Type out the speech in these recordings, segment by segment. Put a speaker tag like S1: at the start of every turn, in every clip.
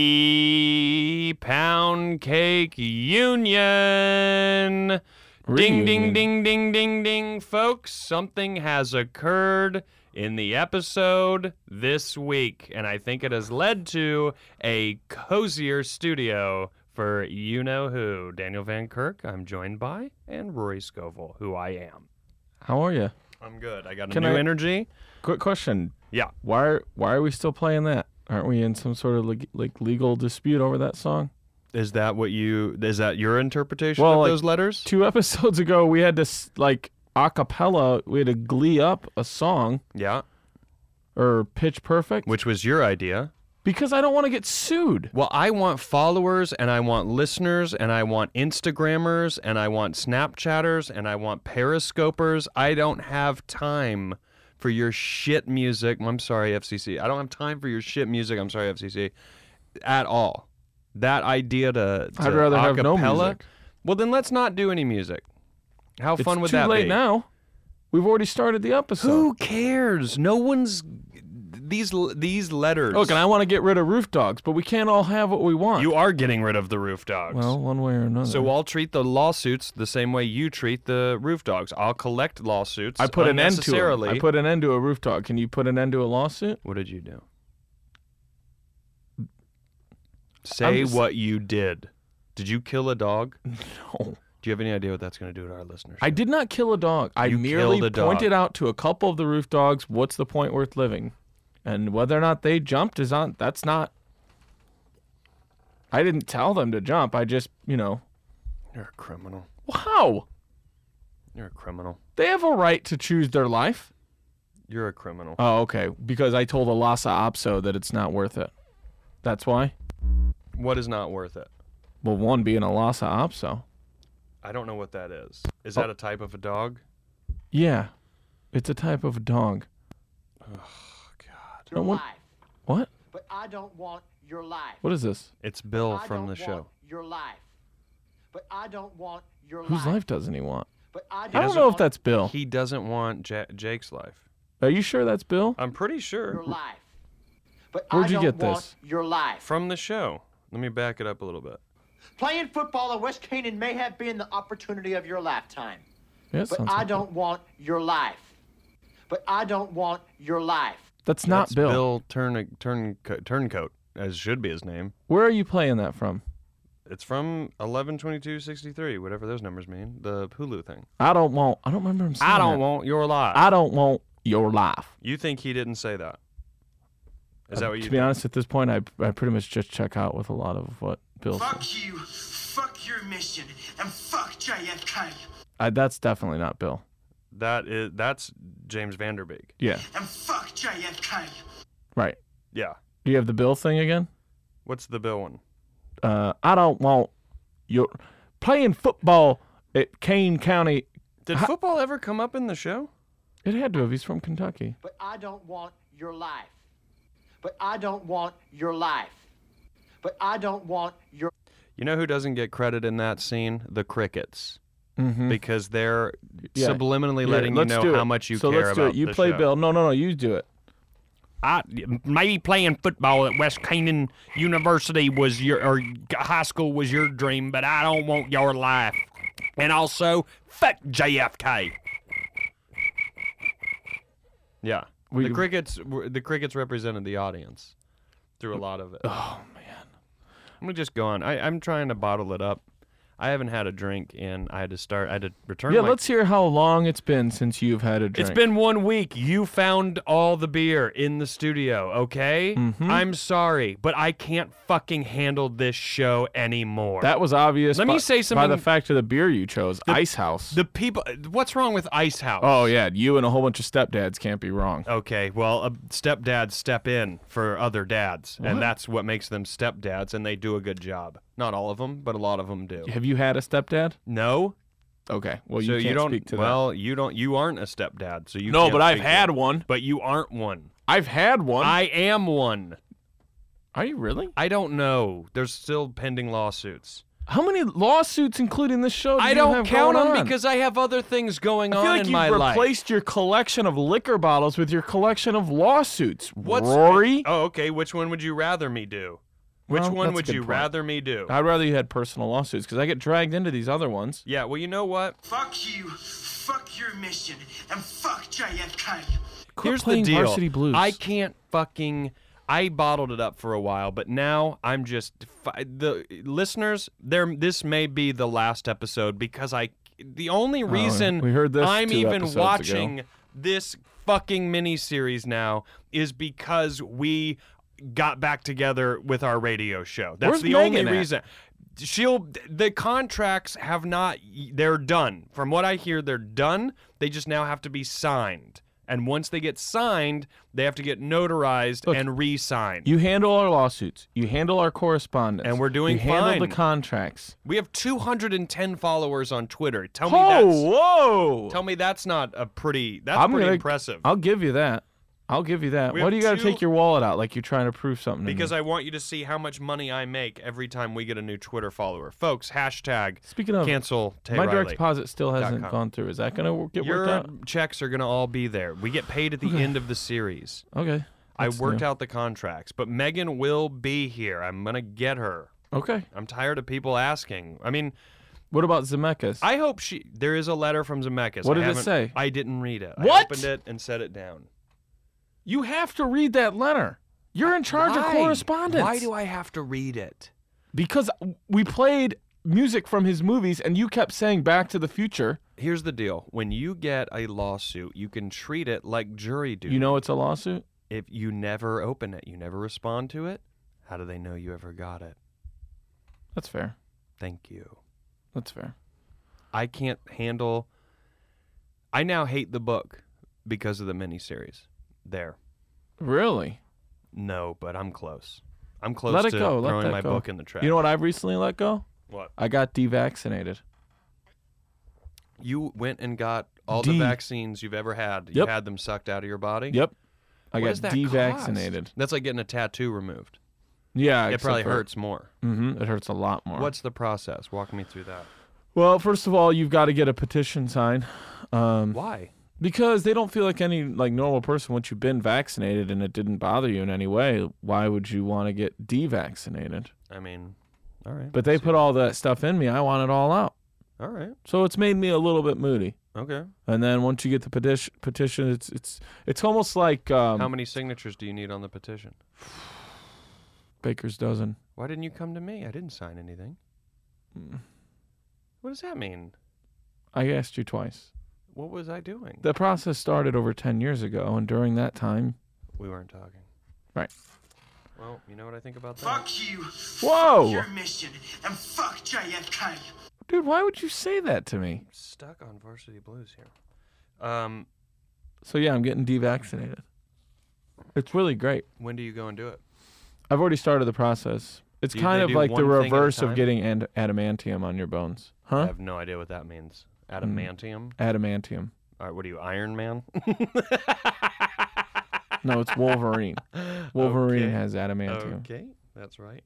S1: Yee Pound Cake Union. Ding, ding,
S2: Reunion.
S1: ding, ding, ding, ding. Folks, something has occurred in the episode this week, and I think it has led to a cozier studio for you know who. Daniel Van Kirk, I'm joined by, and Rory Scovel, who I am.
S2: How are you?
S1: I'm good. I got a
S2: Can
S1: new
S2: I-
S1: energy.
S2: Quick question.
S1: Yeah.
S2: Why are, why are we still playing that? Aren't we in some sort of leg, like legal dispute over that song?
S1: Is that what you? Is that your interpretation
S2: Well,
S1: of
S2: like,
S1: those letters?
S2: Two episodes ago, we had to s- like a cappella, we had to glee up a song
S1: yeah.
S2: or pitch perfect
S1: Which was your idea?
S2: because I don't want to get sued.
S1: Well, I want followers and I want listeners and I want Instagrammers and I want Snapchatters and I want Periscopers. I don't have time for your shit music. I'm sorry, FCC. I don't have time for your shit music. I'm sorry, FCC. At all. That idea to, to
S2: I'd rather have no
S1: acapella-
S2: music.
S1: Well, then let's not do any music. How
S2: It's
S1: fun would
S2: too
S1: that
S2: late
S1: be?
S2: now. We've already started the episode.
S1: Who cares? No one's these these letters.
S2: Look, and Oh, I want to get rid of roof dogs, but we can't all have what we want.
S1: you are getting rid of the roof dogs.
S2: well, one way or another.
S1: So I'll treat the lawsuits the same way you treat the roof dogs. I'll collect lawsuits.
S2: I put an end to it.
S1: unnecessarily.
S2: I put an end to a roof dog. Can you put an end to a lawsuit?
S1: What did you do? Say
S2: just-
S1: what you did. Did you kill a dog?
S2: No.
S1: Do you have any idea what that's going to do to our listeners?
S2: I did not kill a dog. I
S1: You
S2: merely
S1: killed a dog.
S2: pointed out to a couple of the roof dogs what's the point worth living, and whether or not they jumped is on. That's not. I didn't tell them to jump. I just, you know,
S1: You're a criminal.
S2: wow,
S1: You're a criminal.
S2: they have a right to choose their life.
S1: You're a criminal.
S2: Oh, okay. Because I told Alasa Opso that it's not worth it. That's why.
S1: What is not worth it?
S2: Well, one being Alasa Opso.
S1: I don't know what that is. Is
S2: Oh.
S1: that a type of a dog?
S2: Yeah, it's a type of dog.
S3: your
S2: No one-
S3: life,
S2: What?
S3: but I don't want your life.
S2: What is this?
S1: It's Bill
S3: I
S1: from
S3: don't
S1: the
S3: want
S1: show.
S3: Your life, but I don't want your
S2: Whose
S3: life.
S2: life doesn't he want?
S3: But I
S2: I don't know if that's Bill.
S1: He doesn't want ja- Jake's life.
S2: Are you sure that's Bill?
S1: I'm pretty sure.
S3: your life. But I
S2: Where'd you
S3: don't
S2: get
S3: want
S2: this?
S3: Your life.
S1: From the show. Let me back it up a little bit.
S3: Playing football at West Canaan may have been the opportunity of your lifetime,
S2: Yeah, it
S3: but
S2: sounds
S3: I
S2: like-
S3: don't want your life. But I don't want your life.
S2: That's not
S1: That's
S2: Bill.
S1: Bill Turn Turn Turncoat, as should be his name.
S2: Where are you playing that from?
S1: It's from eleven twenty two sixty three, whatever those numbers mean. The Hulu thing.
S2: I don't want. I don't remember him saying
S1: I don't
S2: that.
S1: want your life.
S2: I don't want your life.
S1: you think he didn't say that? Is that
S2: Uh,
S1: what
S2: to
S1: you?
S2: be honest, at this point, I, I pretty much just check out with a lot of what Bill. said.
S4: Fuck you, fuck your mission, and fuck JFK,
S2: I, that's definitely not Bill.
S1: that is that's James Vanderbeek.
S2: Yeah.
S4: and fuck JFK.
S2: Right.
S1: Yeah.
S2: Do you have the Bill thing again?
S1: What's the Bill one?
S2: Uh, I don't want your playing football at Kane County.
S1: Did
S2: Ha-
S1: football ever come up in the show?
S2: It had to have. He's from Kentucky.
S3: But I don't want your life. But I don't want your life. But I don't want your
S1: You know who doesn't get credit in that scene? The crickets,
S2: Mm-hmm.
S1: because they're
S2: Yeah.
S1: subliminally letting you know how much you
S2: so
S1: care
S2: let's do
S1: about
S2: it. You
S1: the
S2: play
S1: show.
S2: Bill. No, no, no. You do it.
S1: I maybe playing football at West Canaan University was your or high school was your dream, but I don't want your life. And also, fuck JFK. Yeah,
S2: We-
S1: the crickets. were- The crickets represented the audience through a lot of it. Oh man, I'm gonna just go on. I, I'm trying to bottle it up. I haven't had a drink and I had to start. I had to return.
S2: Yeah,
S1: my-
S2: let's hear how long it's been since you've had a drink.
S1: It's been one week. You found all the beer in the studio, okay?
S2: Mm-hmm.
S1: I'm sorry, but I can't fucking handle this show anymore.
S2: That was obvious.
S1: Let
S2: by,
S1: me say
S2: by
S1: something-
S2: the fact of the beer you chose, Ice House.
S1: the people. What's wrong with Ice House?
S2: oh yeah, you and a whole bunch of stepdads can't be wrong.
S1: Okay, well, uh, stepdads step in for other dads, and that's what makes them stepdads, and they do a good job. Not all of them, but a lot of them do.
S2: Have you had a stepdad?
S1: No,
S2: Okay, well you
S1: so
S2: can't
S1: you don't.
S2: speak to
S1: well, you don't. You aren't a stepdad, so you.
S2: that. No,
S1: can't
S2: but I've
S1: speak to
S2: had
S1: it.
S2: one.
S1: But you aren't one.
S2: I've had one.
S1: I am one.
S2: Are you really?
S1: I don't know. There's still pending lawsuits.
S2: How many lawsuits, including this show, do
S1: I
S2: you
S1: don't
S2: have
S1: count
S2: going
S1: them
S2: on?
S1: because I have other things going
S2: I
S1: on
S2: feel like
S1: in
S2: you've
S1: my life.
S2: replaced your collection of liquor bottles with your collection of lawsuits.
S1: What's
S2: Rory?
S1: Oh, okay. Which one would you rather me do? Which
S2: Well, that's
S1: one
S2: a
S1: would
S2: good
S1: you
S2: point.
S1: rather me do?
S2: I'd rather you had personal lawsuits because I get dragged into these other ones.
S1: yeah. Well, you know what?
S4: Fuck you, fuck your mission, and fuck giant kite.
S2: Quit
S1: Here's
S2: playing
S1: the deal.
S2: Varsity Blues.
S1: I can't fucking. I bottled it up for a while, but now I'm just fi- the listeners. There, this may be the last episode because I. The only reason
S2: Oh, we heard this
S1: I'm
S2: two
S1: even
S2: episodes
S1: watching this fucking miniseries now is because we got back together with our radio show. That's
S2: Where's
S1: the
S2: Megan
S1: only
S2: at?
S1: reason. She'll the contracts have not they're done. From what I hear they're done. They just now have to be signed. And once they get signed, they have to get notarized and re-signed.
S2: You handle our lawsuits. You handle our correspondence.
S1: And we're doing
S2: you handle
S1: fine.
S2: the contracts.
S1: we have 210 followers on Twitter. Tell me that's
S2: whoa!
S1: Tell me that's not a pretty that's
S2: I'm
S1: pretty
S2: gonna-
S1: impressive.
S2: I'll give you that. I'll give you that.
S1: We
S2: Why
S1: have
S2: do you got to
S1: two-
S2: take your wallet out like you're trying to prove something? to me?
S1: because I want you to see how much money I make every time we get a new Twitter follower. Folks, hashtag
S2: Speaking of-
S1: cancel Tay
S2: my
S1: Riley.
S2: direct deposit still hasn't
S1: com.
S2: gone through. Is that gonna wor- get
S1: Your
S2: worked out?
S1: checks are gonna all be there. We get paid at the end of the series.
S2: Okay.
S1: I
S2: That's
S1: worked
S2: new.
S1: out the contracts, but Megan will be here. I'm gonna get her.
S2: Okay.
S1: I'm tired of people asking. I mean,
S2: What about Zemeckis?
S1: I hope she. There is a letter from Zemeckis.
S2: What
S1: I
S2: did it
S1: haven't-
S2: say?
S1: I didn't read it. I
S2: What?
S1: opened it and set it down.
S2: you have to read that letter. You're in charge of correspondence.
S1: Why do I have to read it?
S2: Because we played music from his movies, and you kept saying "Back to the Future."
S1: Here's the deal: when you get a lawsuit, you can treat it like jury duty.
S2: You know it's a lawsuit.
S1: if you never open it, you never respond to it. How do they know you ever got it?
S2: That's fair.
S1: Thank you.
S2: That's fair.
S1: I can't handle. I now hate the book because of the miniseries. There,
S2: Really?
S1: no, but I'm close. I'm close
S2: Let
S1: to
S2: it go. Let
S1: throwing
S2: that
S1: my
S2: go.
S1: book in the trash.
S2: You know what I've recently let go?
S1: what?
S2: I got devaccinated.
S1: You went and got all
S2: D.
S1: the vaccines you've ever had. You
S2: Yep.
S1: had them sucked out of your body.
S2: Yep. I
S1: What
S2: got
S1: does that
S2: devaccinated.
S1: cost? That's like getting a tattoo removed.
S2: Yeah,
S1: It probably hurts more.
S2: Mm-hmm. It hurts a lot more.
S1: What's the process? Walk me through that.
S2: Well, first of all, you've got to get a petition signed um,
S1: Why?
S2: because they don't feel like any like normal person. Once you've been vaccinated and it didn't bother you in any way, why would you want to get devaccinated?
S1: I mean, all right.
S2: But they
S1: let's see.
S2: put all that stuff in me. I want it all out.
S1: all right.
S2: So it's made me a little bit moody.
S1: Okay.
S2: And then once you get the petition, petition, it's it's it's almost like um,
S1: How many signatures do you need on the petition?
S2: Baker's dozen.
S1: Why didn't you come to me? I didn't sign anything. What does that mean?
S2: I asked you twice.
S1: What was I doing?
S2: The process started over ten years ago, and during that time,
S1: We weren't talking.
S2: right?
S1: Well, you know what I think about that?
S4: Fuck you,
S2: Whoa!
S4: fuck your mission, and fuck giant kite.
S2: Dude, why would you say that to me?
S1: Stuck on Varsity Blues here. Um,
S2: So yeah, I'm getting devaccinated. It's really great.
S1: when do you go and do it?
S2: I've already started the process. It's
S1: Do
S2: kind
S1: they
S2: of
S1: do
S2: like the
S1: one thing at a
S2: reverse of
S1: time?
S2: getting ad- adamantium on your bones,
S1: I
S2: huh? Hmm.
S1: have no idea what that means. Adamantium.
S2: Adamantium.
S1: All right, what are you, Iron Man?
S2: No, it's Wolverine. Wolverine
S1: Okay.
S2: has adamantium.
S1: okay, that's right.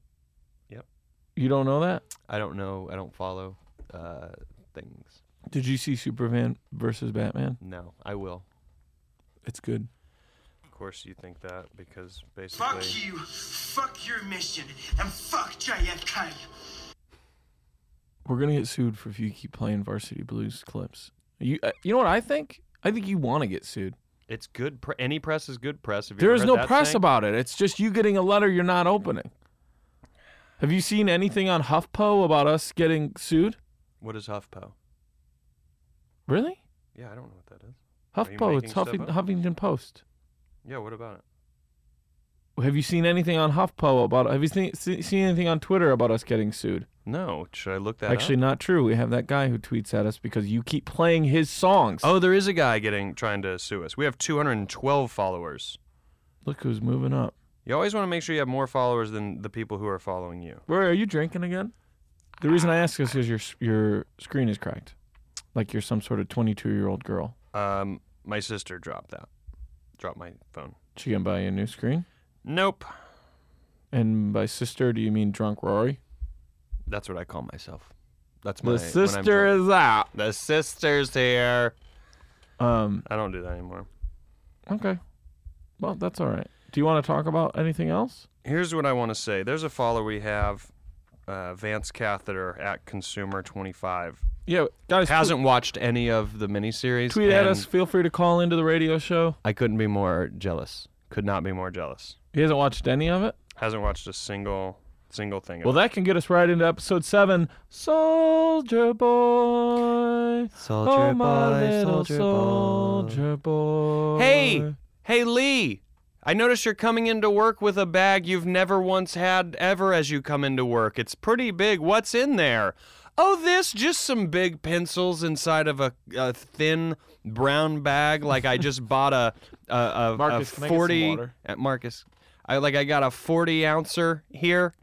S2: You don't know that?
S1: I don't know. I don't follow uh, things.
S2: Did you see Superman versus Batman?
S1: No, I will.
S2: It's good.
S1: Of course, you think that because
S4: Fuck
S1: basically.
S4: you, fuck your mission, and fuck giant kite.
S2: We're gonna get sued for if you keep playing Varsity Blues clips. You, uh, you know what I think? I think you want to get sued.
S1: It's good. Pre- any press is good press. Have you
S2: There
S1: ever
S2: is
S1: heard
S2: no
S1: that
S2: press
S1: saying?
S2: about it. It's just you getting a letter you're not opening. Have you seen anything on HuffPo about us getting sued?
S1: What is HuffPo?
S2: Really?
S1: Yeah, I don't know what that is. Are you
S2: HuffPo.
S1: making
S2: It's
S1: stuff
S2: Huffing-
S1: up?
S2: Huffington Post.
S1: Yeah, what about it?
S2: Have you seen anything on HuffPo about? Have you seen se- seen anything on Twitter about us getting sued?
S1: No, should I look that
S2: Actually,
S1: up?
S2: not true. We have that guy who tweets at us because you keep playing his songs.
S1: Oh, there is a guy getting trying to sue us. We have 212 followers.
S2: look who's moving up.
S1: You always want to make sure you have more followers than the people who are following you.
S2: Rory, are you drinking again? The reason I ask is because your s- your screen is cracked, like you're some sort of 22 year old girl.
S1: Um, my sister dropped that. Dropped my phone.
S2: She can buy you a new screen.
S1: Nope.
S2: And by sister, do you mean drunk Rory?
S1: That's what I call myself. That's my
S2: The
S1: when I'm
S2: sister
S1: drunk.
S2: is out.
S1: The sister's here.
S2: Um.
S1: I don't do that anymore.
S2: Okay. Well, that's all right. Do you want to talk about anything else?
S1: Here's what I want to say. There's a follower we have, uh, Vance Catheter at Consumer 25.
S2: Yeah, guys.
S1: Hasn't watched any of the miniseries.
S2: tweet at
S1: and
S2: us. Feel free to call into the radio show.
S1: I couldn't be more jealous. Could not be more jealous.
S2: He hasn't watched any of it.
S1: Hasn't watched a single single thing.
S2: Well, that can get us right into episode seven. Soldier boy.
S1: Soldier
S2: oh, my little soldier boy.
S1: Hey, hey, Lee. I notice you're coming into work with a bag you've never once had ever as you come into work. It's pretty big. What's in there? Oh, this just some big pencils inside of a, a thin brown bag. Like I just bought a a, a- a
S2: Marcus, can I get some
S1: forty.
S2: water?
S1: uh, Marcus, I like I got a forty ouncer here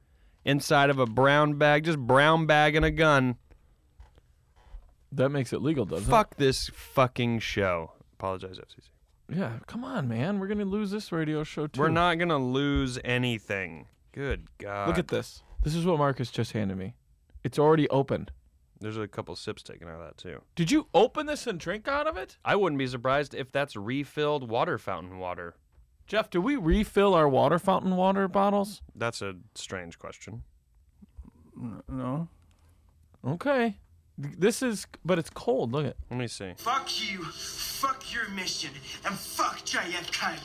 S1: inside of a brown bag. Just brown bag and a gun.
S2: That makes it legal, doesn't
S1: Fuck this fucking show. Apologize, FCC.
S2: it? Yeah, come on, man. We're gonna lose this radio show too.
S1: We're not gonna lose anything. Good God!
S2: Look at this. This is what Marcus just handed me. It's already opened.
S1: There's a couple sips taken out of that too.
S2: Did you open this and drink out of it?
S1: I wouldn't be surprised if that's refilled water fountain water.
S2: Jeff, do we refill our water fountain water bottles?
S1: That's a strange question.
S5: No.
S2: Okay. Th- This is, but it's cold. Look at.
S1: Let me see.
S4: Fuck you, fuck your mission, and fuck JFK.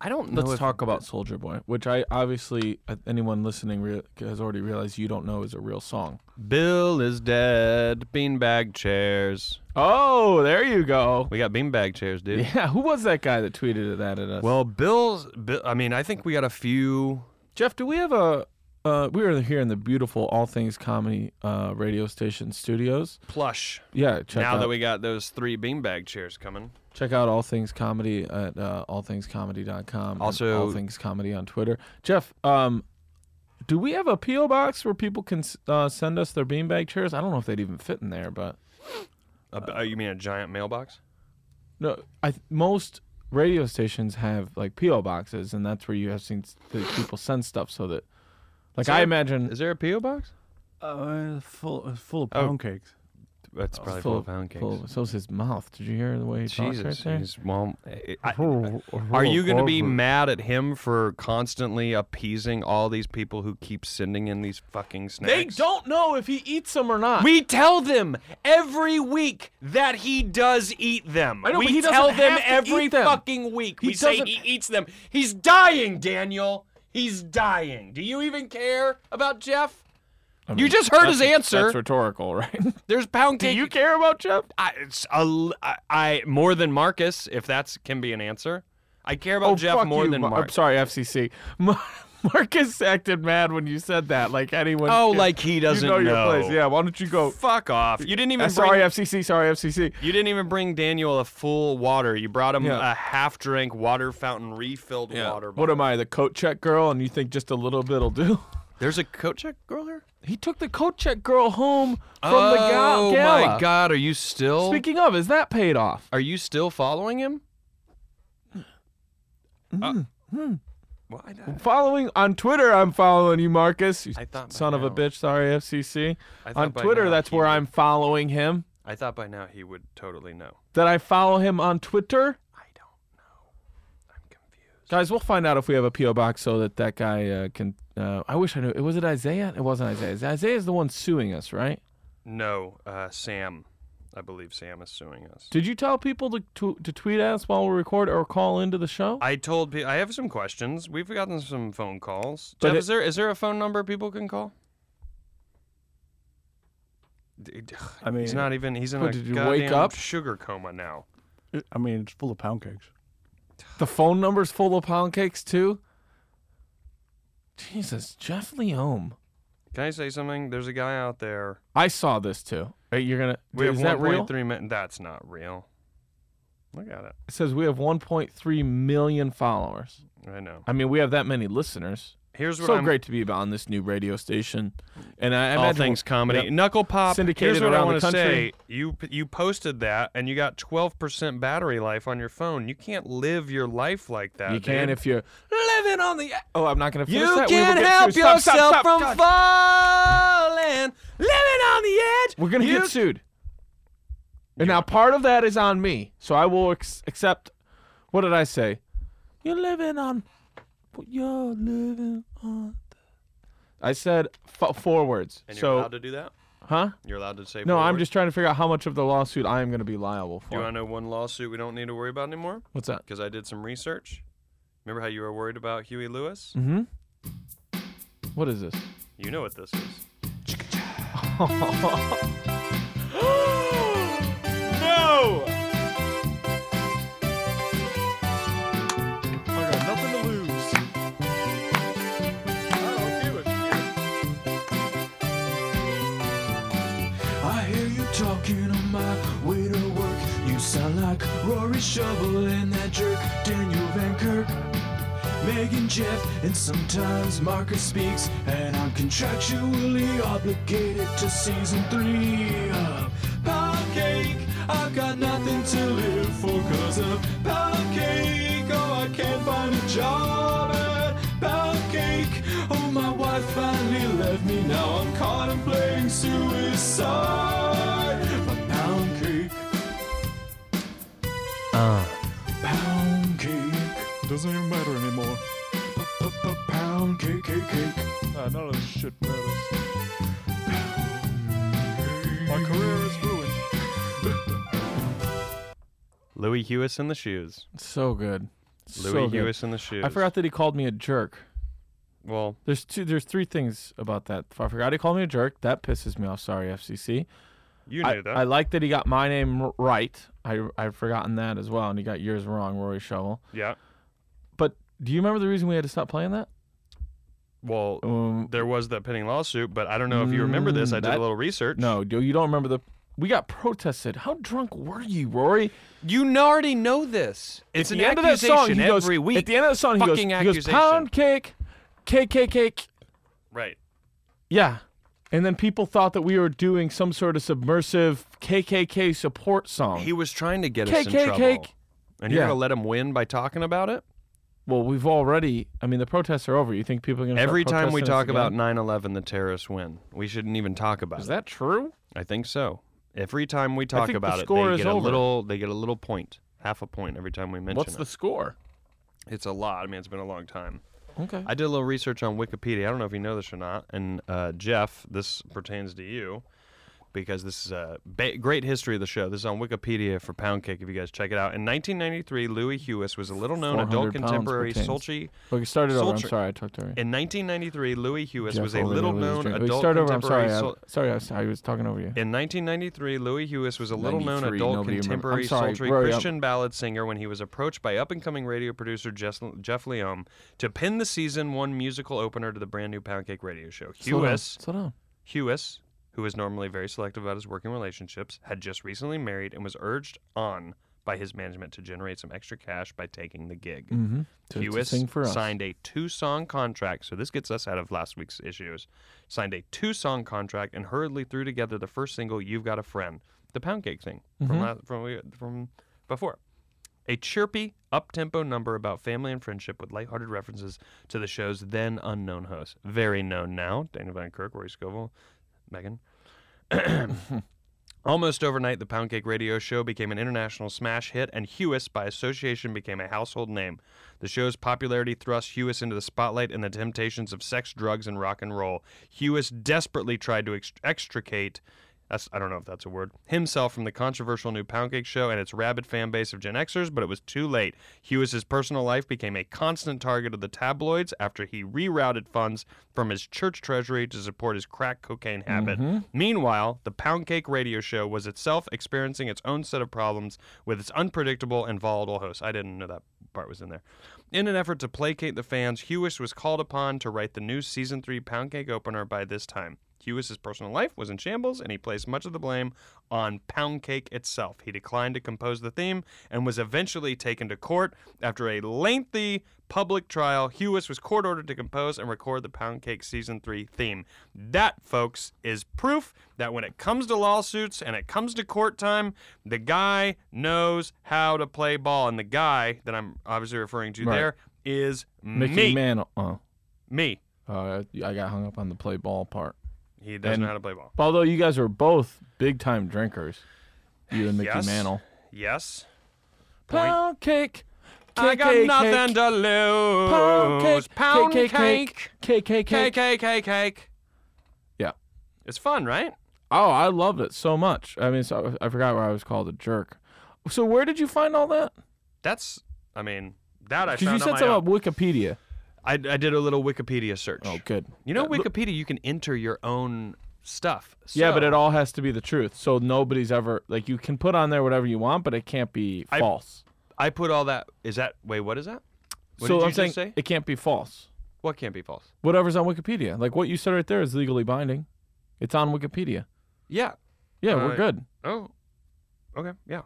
S1: I don't know.
S2: Let's
S1: if-
S2: talk about Soldier Boy, which I obviously uh, anyone listening rea- has already realized you don't know is a real song.
S1: Bill is dead. Beanbag chairs.
S2: Oh, there you go.
S1: We got beanbag chairs, dude.
S2: Yeah, who was that guy that tweeted that at us?
S1: Well, Bill's. Bill, I mean, I think we got a few.
S2: Jeff, do we have a? Uh, we are here in the beautiful All Things Comedy uh, radio station studios.
S1: Plush.
S2: Yeah, check
S1: now
S2: out
S1: that we got those three beanbag chairs coming.
S2: check out All Things Comedy at uh, allthingscomedy.com. and
S1: Also-
S2: All Things Comedy on Twitter. Jeff, um, do we have a PO box where people can s- uh, send us their beanbag chairs? I don't know if they'd even fit in there, but
S1: A b- oh, you mean a giant mailbox?
S2: No, I th- most radio stations have like PO boxes, and that's where you have seen s- the people send stuff so that, like, I
S1: there-
S2: imagine
S1: Is there a PO box? Oh.
S5: Uh, full full of pound cakes.
S1: That's probably
S2: full
S1: full
S2: of-
S1: of pound cakes.
S2: full- so is his mouth. Did you hear the way he talks
S1: Jesus,
S2: right there?
S1: he's- well, eh, I- are you going to be mad at him for constantly appeasing all these people who keep sending in these fucking snacks?
S2: They don't know if he eats them or not.
S1: We tell them every week that he does eat them.
S2: I know,
S1: we
S2: but he doesn't
S1: tell them
S2: have to
S1: every
S2: eat them.
S1: fucking week.
S2: He
S1: we say
S2: doesn't-
S1: he eats them. He's dying, Daniel. He's dying. Do you even care about Jeff? you just heard his answer.
S2: That's rhetorical, right?
S1: There's pound cake.
S2: care about Jeff?
S1: I, it's a l I I more than Marcus, if that's can be an answer. I care about
S2: Oh,
S1: Jeff
S2: fuck
S1: more
S2: you,
S1: than
S2: Mar- I'm
S1: Marcus.
S2: sorry, FCC. Mar- Marcus acted mad when you said that. Like anyone.
S1: Oh,
S2: can-
S1: like he doesn't
S2: you know,
S1: know.
S2: your place. Yeah. Why don't you go?
S1: Fuck off. You didn't even
S2: Uh,
S1: bring,
S2: sorry, FCC. Sorry, FCC.
S1: You didn't even bring Daniel a full water. You brought him
S2: Yeah.
S1: a half drink water fountain refilled water
S2: What
S1: bottle.
S2: am I, the coat check girl? And you think just a little bit'll do?
S1: There's a coat check girl here?
S2: He took the coat check girl home from
S1: oh,
S2: the ga- gala.
S1: my god, are you still
S2: Speaking of, is that paid off?
S1: are you still following him? Uh, why not?
S2: Following on Twitter, I'm following you, Marcus. You
S1: I thought by
S2: son of a
S1: now-
S2: bitch. Sorry, FCC.
S1: I thought
S2: On
S1: by
S2: Twitter,
S1: now
S2: that's
S1: he
S2: where
S1: would-
S2: I'm following him.
S1: I thought by now he would totally know.
S2: Did I follow him on Twitter?
S1: I don't know. I'm confused.
S2: Guys, we'll find out if we have a PO box so that that guy uh, can. Uh, I wish I knew. It was it Isaiah? It wasn't Isaiah. Isaiah's the one suing us, right?
S1: No, uh, Sam. I believe Sam is suing us.
S2: Did you tell people to to, to tweet at us while we record or call into the show?
S1: I told people I have some questions. We've gotten some phone calls.
S2: But
S1: Jeff,
S2: it-
S1: is there is there a phone number people can call?
S5: I mean,
S1: He's not even. He's in
S2: What,
S1: a
S2: did you
S1: goddamn
S2: wake up?
S1: sugar coma now.
S5: I mean, it's full of pound cakes.
S2: The phone number's full of pound cakes too. Jesus, Jeff Leome.
S1: Can I say something? There's a guy out there.
S2: I saw this too. Hey, You're gonna.
S1: We
S2: is
S1: have
S2: that real?
S1: 1.3 million. That's not real. Look at it.
S2: It says we have 1.3 million followers.
S1: I know.
S2: I mean, we have that many listeners.
S1: Here's what
S2: So
S1: I'm.
S2: great to be on this new radio station, and I, I
S1: all
S2: imagine
S1: things comedy.
S2: Yep.
S1: Knuckle pop.
S2: Syndicated
S1: Here's what I
S2: around the
S1: wanna say.
S2: country.
S1: You you posted that, and you got 12% battery life on your phone. You can't live your life like that.
S2: you can
S1: dude.
S2: if you're living on the. Oh, I'm not gonna finish
S1: You
S2: that. We will
S1: can't
S2: get
S1: help
S2: sued. Stop,
S1: yourself
S2: stop, stop.
S1: from
S2: God.
S1: falling, living on the edge.
S2: We're gonna
S1: You-
S2: get sued. And now part of that is on me, so I will ex- accept. What did I say? You're living on. You're living on. I said f- four words.
S1: And you're
S2: so
S1: allowed to do that.
S2: huh?
S1: You're allowed to say.
S2: No,
S1: four
S2: I'm
S1: words?
S2: just trying to figure out how much of the lawsuit I am going to be liable
S1: Do you
S2: for.
S1: want to know one lawsuit we don't need to worry about anymore?
S2: What's that?
S1: Because I did some research. Remember how you were worried about Huey Lewis?
S2: Mm-hmm. What is this?
S1: You know what this is.
S2: no! I got nothing to lose.
S6: I hear you talking on my way to work. You sound like Rory Shovel and that jerk Daniel Van Kirk. Megan Jeff and sometimes Marcus speaks, and I'm contractually obligated to season three of Pound Cake. I've got nothing to live for 'cause of Pound Cake. Oh, I can't find a job at Pound Cake. Oh, my wife finally left me. Now I'm contemplating suicide. But Pound Cake, Pound Cake.
S5: Doesn't even matter anymore.
S6: Pound cake, cake, cake.
S5: Nah, Ah, none of this shit matters. My career is ruined.
S1: Louis Hewis in the shoes.
S2: So good.
S1: Louis
S2: so good.
S1: Hewis in the shoes.
S2: I forgot that he called me a jerk.
S1: Well,
S2: There's two. There's three things about that. I forgot he called me a jerk. That pisses me off. Sorry, FCC.
S1: you knew
S2: I,
S1: that.
S2: I like that he got my name r- right. I I've forgotten that as well, and he got yours wrong, Rory Shovel.
S1: yeah.
S2: But do you remember the reason we had to stop playing that?
S1: Well,
S2: Um,
S1: there was that pending lawsuit, but I don't know if you remember this. I did
S2: Mm, that-
S1: a little research.
S2: no, do- you don't remember the. We got protested. How drunk were you, Rory?
S1: You kn- already know this. It's
S2: At
S1: an
S2: the end of that
S1: accusation
S2: song, he goes,
S1: every week.
S2: At the end of the song, he goes,
S1: Fucking
S2: he goes,
S1: accusation.
S2: pound cake, cake, cake, cake.
S1: right.
S2: Yeah. And then people thought that we were doing some sort of submersive KKK support song.
S1: He was trying to get us in
S2: Cake,
S1: trouble.
S2: cake, cake.
S1: And you're
S2: Yeah.
S1: gonna let him win by talking about it?
S2: well, we've already. I mean, the protests are over. You think people are going to
S1: Every time we talk about 9/11, the terrorists win. We shouldn't even talk about
S2: Is
S1: it.
S2: that true?
S1: I think so. Every time we talk
S2: think the
S1: about it,
S2: score
S1: they
S2: is
S1: get a
S2: over.
S1: little. They get a little point, half a point every time we mention
S2: What's
S1: it.
S2: the score?
S1: It's a lot. I mean, it's been a long time.
S2: Okay.
S1: I did a little research on Wikipedia. I don't know if you know this or not. And uh, Jeff, this pertains to you because this is a ba- great history of the show. This is on Wikipedia for Pound Cake if you guys check it out. In 1993, Louis Hewis was a little known
S2: 400
S1: adult
S2: pounds
S1: contemporary
S2: pertains.
S1: sultry.
S2: we started over. I'm
S1: Sultry-
S2: sorry, I talked over. you.
S1: In 1993, Louis Hewis
S2: Jeff
S1: was a
S2: over
S1: little
S2: there with his
S1: known
S2: drink.
S1: adult
S2: We started over. I'm
S1: contemporary.
S2: sorry.
S1: sul-
S2: I, sorry, I was, I was talking over you.
S1: in 1993, Louis Hewis was a little known
S2: 93,
S1: adult
S2: nobody remember-
S1: contemporary
S2: I'm sorry,
S1: sultry
S2: Rory, I'm-
S1: Christian ballad singer when he was approached by up and coming radio producer Jeff, Jeff Leome to pin the season one musical opener to the brand new Pound Cake radio show.
S2: Slow down.
S1: Hewis,
S2: Slow down.
S1: Hewis, who is normally very selective about his working relationships, had just recently married and was urged on by his management to generate some extra cash by taking the gig.
S2: Mm-hmm. To, to
S1: Hewis
S2: sing for us.
S1: signed a two song contract, so this gets us out of last week's issues. Signed a two song contract and hurriedly threw together the first single, You've Got a Friend, the pound cake thing
S2: Mm-hmm.
S1: from, la- from, we- from before. A chirpy, up tempo number about family and friendship with lighthearted references to the show's then unknown hosts. Very known now Daniel Van Kirk, Rory Scovel, Megan. Almost overnight, the Pound Cake radio show became an international smash hit, and Hewis, by association, became a household name. The show's popularity thrust Hewis into the spotlight and the temptations of sex, drugs, and rock and roll. Hewis desperately tried to ex- extricate That's I don't know if that's a word. Himself from the controversial new Pound Cake show and its rabid fan base of Gen Xers, but it was too late. Hewis's personal life became a constant target of the tabloids after he rerouted funds from his church treasury to support his crack cocaine habit. Meanwhile, the Pound Cake radio show was itself experiencing its own set of problems with its unpredictable and volatile host. I didn't know that part was in there. In an effort to placate the fans, Hewis was called upon to write the new season three Pound Cake opener by this time. Hewis's personal life was in shambles, and he placed much of the blame on Pound Cake itself. He declined to compose the theme and was eventually taken to court. After a lengthy public trial, Hewis was court ordered to compose and record the Pound Cake Season 3 theme. That, folks, is proof that when it comes to lawsuits and it comes to court time, the guy knows how to play ball. And the guy that I'm obviously referring to
S2: Right.
S1: there is
S2: Mickey
S1: me.
S2: Mantle. Oh,
S1: Me.
S2: uh, I got hung up on the play ball part.
S1: He doesn't
S2: And-
S1: know how to play ball.
S2: Although you guys are both big time drinkers, you and Mickey
S1: Yes.
S2: Mantle.
S1: Yes.
S2: Pound cake.
S1: I got
S2: cake,
S1: nothing
S2: cake.
S1: to lose.
S2: Pound cake.
S1: Pound
S2: cake.
S1: cake.
S2: Cake. Cake.
S1: Cake,
S2: Cake.
S1: cake, cake, cake.
S2: Yeah.
S1: It's fun, right?
S2: Oh, I loved it so much. I mean, so I forgot where I was called a jerk. So where did you find all that?
S1: That's, I mean, that I
S2: Because
S1: found
S2: you said
S1: on
S2: something
S1: my
S2: about
S1: own.
S2: Wikipedia.
S1: I, I did a little Wikipedia search.
S2: Oh, good.
S1: You know, Wikipedia, you can enter your own stuff.
S2: yeah,
S1: So,
S2: but it all has to be the truth. So nobody's ever like you can put on there whatever you want, but it can't be
S1: I-
S2: false.
S1: I put all that. Is that? Wait, what is that? What
S2: so
S1: did you
S2: I'm saying
S1: just say?
S2: it can't be false.
S1: What can't be false?
S2: Whatever's on Wikipedia, like what you said right there, is legally binding. It's on Wikipedia.
S1: Yeah.
S2: Yeah,
S1: All
S2: we're
S1: right.
S2: good.
S1: Oh. Okay. Yeah.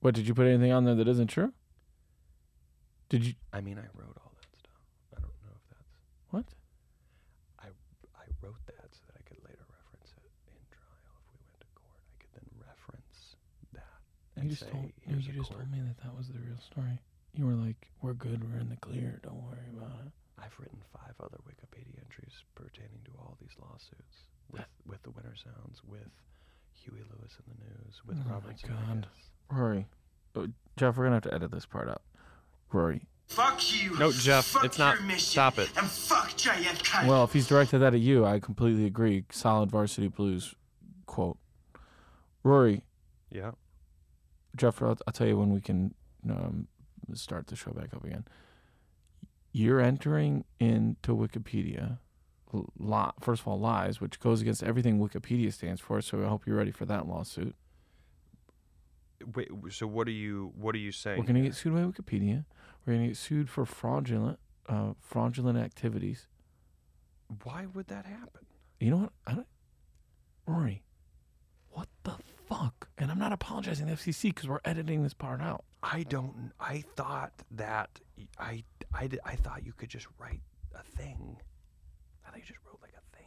S2: What did you put anything on there that isn't true? Did you
S1: I mean, I wrote all that stuff. I don't know if that's.
S2: what?
S1: I I wrote that so that I could later reference it in trial if we went to court. I could then reference that and
S2: You just
S1: say,
S2: told you
S1: "Here's a
S2: just
S1: court."
S2: told me that that was the real story. You were like, "We're good. We're in the clear. Don't worry about it."
S1: I've written five other Wikipedia entries pertaining to all these lawsuits with with the Winter Sounds, with Huey Lewis in the news, with
S2: Oh my
S1: Robert
S2: God.
S1: Zemeckis.
S2: Rory, oh, Jeff, we're gonna have to edit this part out. Rory,
S4: Fuck you.
S1: No, Jeff,
S4: fuck
S1: it's not-
S4: Your mission,
S1: stop it.
S4: And fuck JFK.
S2: Well, if he's directed that at you, I completely agree. Solid Varsity Blues quote. Rory,
S1: Yeah.
S2: Jeff, I'll, I'll tell you when we can um, start the show back up again. You're entering into Wikipedia, l- li- first of all, lies, which goes against everything Wikipedia stands for. So I hope you're ready for that lawsuit.
S1: Wait, so what are you what are you saying?
S2: We're going to get sued by Wikipedia. We're going to get sued for fraudulent, uh, fraudulent activities.
S1: Why would that happen?
S2: You know what? I don't, Rory, what the fuck? And I'm not apologizing to the FCC because we're editing this part out.
S1: I don't. I thought that y- I I di- I thought you could just write a thing. I thought you just wrote like a thing.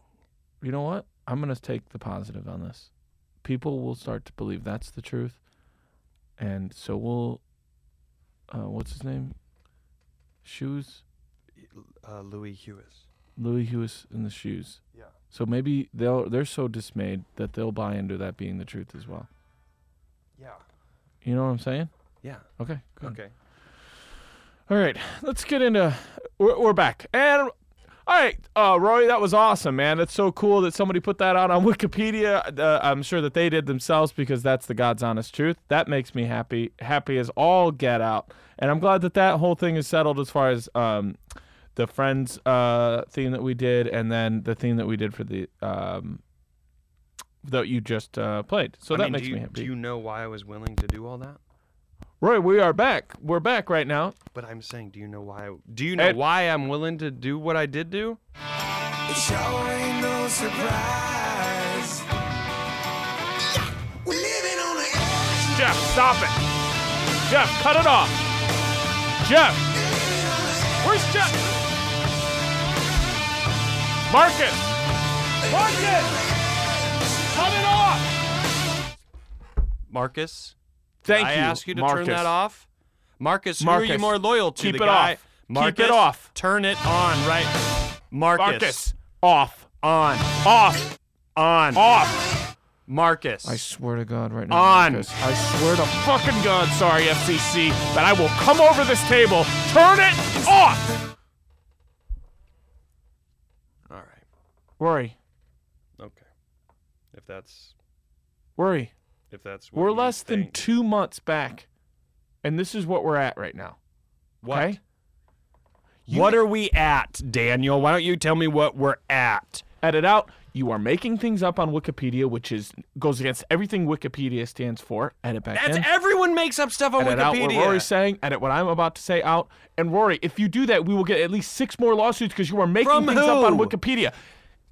S2: You know what? I'm going to take the positive on this. People will start to believe that's the truth. And so we'll, uh, what's his name? Shoes?
S1: Uh, Louis Hewis.
S2: Louis Hewis and the shoes.
S1: Yeah.
S2: So maybe they'll they're so dismayed that they'll buy into that being the truth as well.
S1: Yeah.
S2: You know what I'm saying?
S1: Yeah.
S2: Okay. Good.
S1: Okay.
S2: All right, let's get into. We're, we're back, and all right, uh, Rory, that was awesome, man. That's so cool that somebody put that out on Wikipedia. Uh, I'm sure that they did themselves because that's the God's honest truth. That makes me happy, happy as all get out, and I'm glad that that whole thing is settled as far as um, the Friends uh, theme that we did, and then the theme that we did for the um, that you just uh, played. So that makes
S1: do you,
S2: me happy.
S1: Do you know why I was willing to do all that?
S2: Rory, we are back. We're back right now.
S1: But I'm saying, do you know why? I, do you know
S2: Ed-
S1: why I'm willing to do what I did do?
S6: It sure ain't no surprise. We're living on the edge.
S2: Jeff, stop it. Jeff, cut it off. Jeff. Where's Jeff? Marcus. Marcus. Cut it off.
S1: Marcus,
S2: Thank
S1: I
S2: you.
S1: asked you to
S2: Marcus.
S1: turn that off. Marcus, who are
S2: Marcus,
S1: you more loyal to?
S2: keep
S1: the
S2: it
S1: guy?
S2: off. Keep it
S1: Marcus,
S2: off.
S1: Turn it on, right? Marcus,
S2: Marcus. Off.
S1: on,
S2: Off.
S1: on,
S2: Off.
S1: Marcus.
S2: I swear to God, right now.
S1: On.
S2: Marcus, I swear to fucking God, sorry, FCC, but I will come over this table. Turn it off.
S1: all right.
S2: Rory,
S1: Okay. If that's
S2: Worry.
S1: If that's what
S2: We're
S1: you
S2: less than
S1: think.
S2: two months back, and this is what we're at right now.
S1: What?
S2: okay?
S1: what are we at, Daniel? Why don't you tell me what we're at?
S2: edit out. You are making things up on Wikipedia, which is goes against everything Wikipedia stands for. Edit back
S1: That's
S2: in.
S1: everyone makes up stuff on
S2: edit out what
S1: Wikipedia.
S2: Rory's saying. Edit what I'm about to say out. And Rory, if you do that, we will get at least six more lawsuits because you are making
S1: From
S2: things up on
S1: who?
S2: Wikipedia.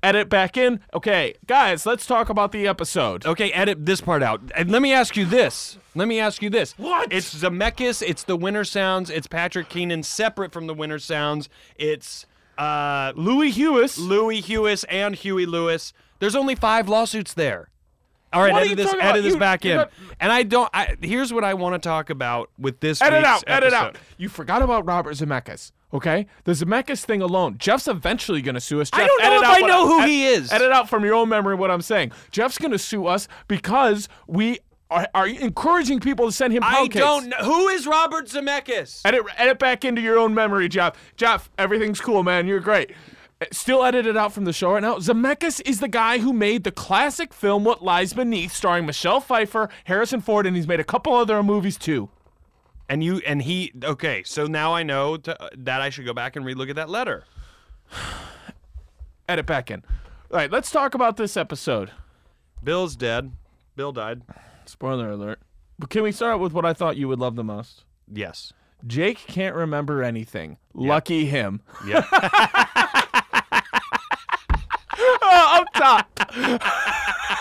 S2: Edit back in. Okay, guys, let's talk about the episode.
S1: Okay, edit this part out. And let me ask you this. Let me ask you this.
S2: What?
S1: It's Zemeckis, it's the Winter Sounds, it's Patrick Keenan separate from the Winter Sounds, it's uh,
S2: Louis Hewis.
S1: Louis Hewis and Huey Lewis. There's only five lawsuits there. All right,
S2: What are
S1: edit
S2: you
S1: this.
S2: talking about?
S1: Edit this
S2: You-
S1: back
S2: you're
S1: in.
S2: not-
S1: and I don't. I, here's what I want to talk about with this.
S2: Edit
S1: week's
S2: out. Edit out.
S1: episode.
S2: You forgot about Robert Zemeckis. Okay, the Zemeckis thing alone. Jeff's eventually going to sue us. Jeff,
S1: I don't know
S2: edit
S1: if
S2: out
S1: I
S2: what
S1: know who
S2: ed-
S1: he is.
S2: Edit out from your own memory what I'm saying. Jeff's going to sue us because we are, are encouraging people to send him.
S1: I
S2: pound cakes.
S1: don't know who is Robert Zemeckis.
S2: Edit, edit back into your own memory, Jeff. Jeff, everything's cool, man. You're great. Uh, Still edited out from the show right now. Zemeckis is the guy who made the classic film What Lies Beneath, starring Michelle Pfeiffer, Harrison Ford, and he's made a couple other movies too.
S1: And you and he. Okay, so now I know to, that I should go back and relook at that letter.
S2: Edit back in. All right, let's talk about this episode.
S1: Bill's dead. Bill died.
S2: Spoiler alert. But can we start with what I thought you would love the most?
S1: Yes.
S2: Jake can't remember anything. Lucky him.
S1: Yep.
S2: Oh, up top.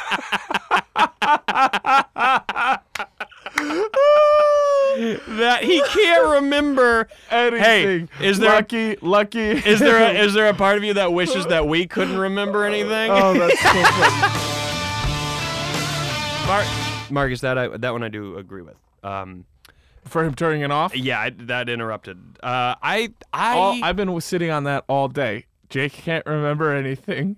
S1: that he can't remember.
S2: Anything.
S1: is there-
S2: lucky? Lucky.
S1: Is there a, is there a part of you that wishes that we couldn't remember anything?
S2: oh, that's so funny.
S1: Mark, Marcus, that I that one I do agree with. Um,
S2: For him turning it off.
S1: yeah, I, that interrupted. Uh, I I
S2: all, I've been sitting on that all day. Jake can't remember anything.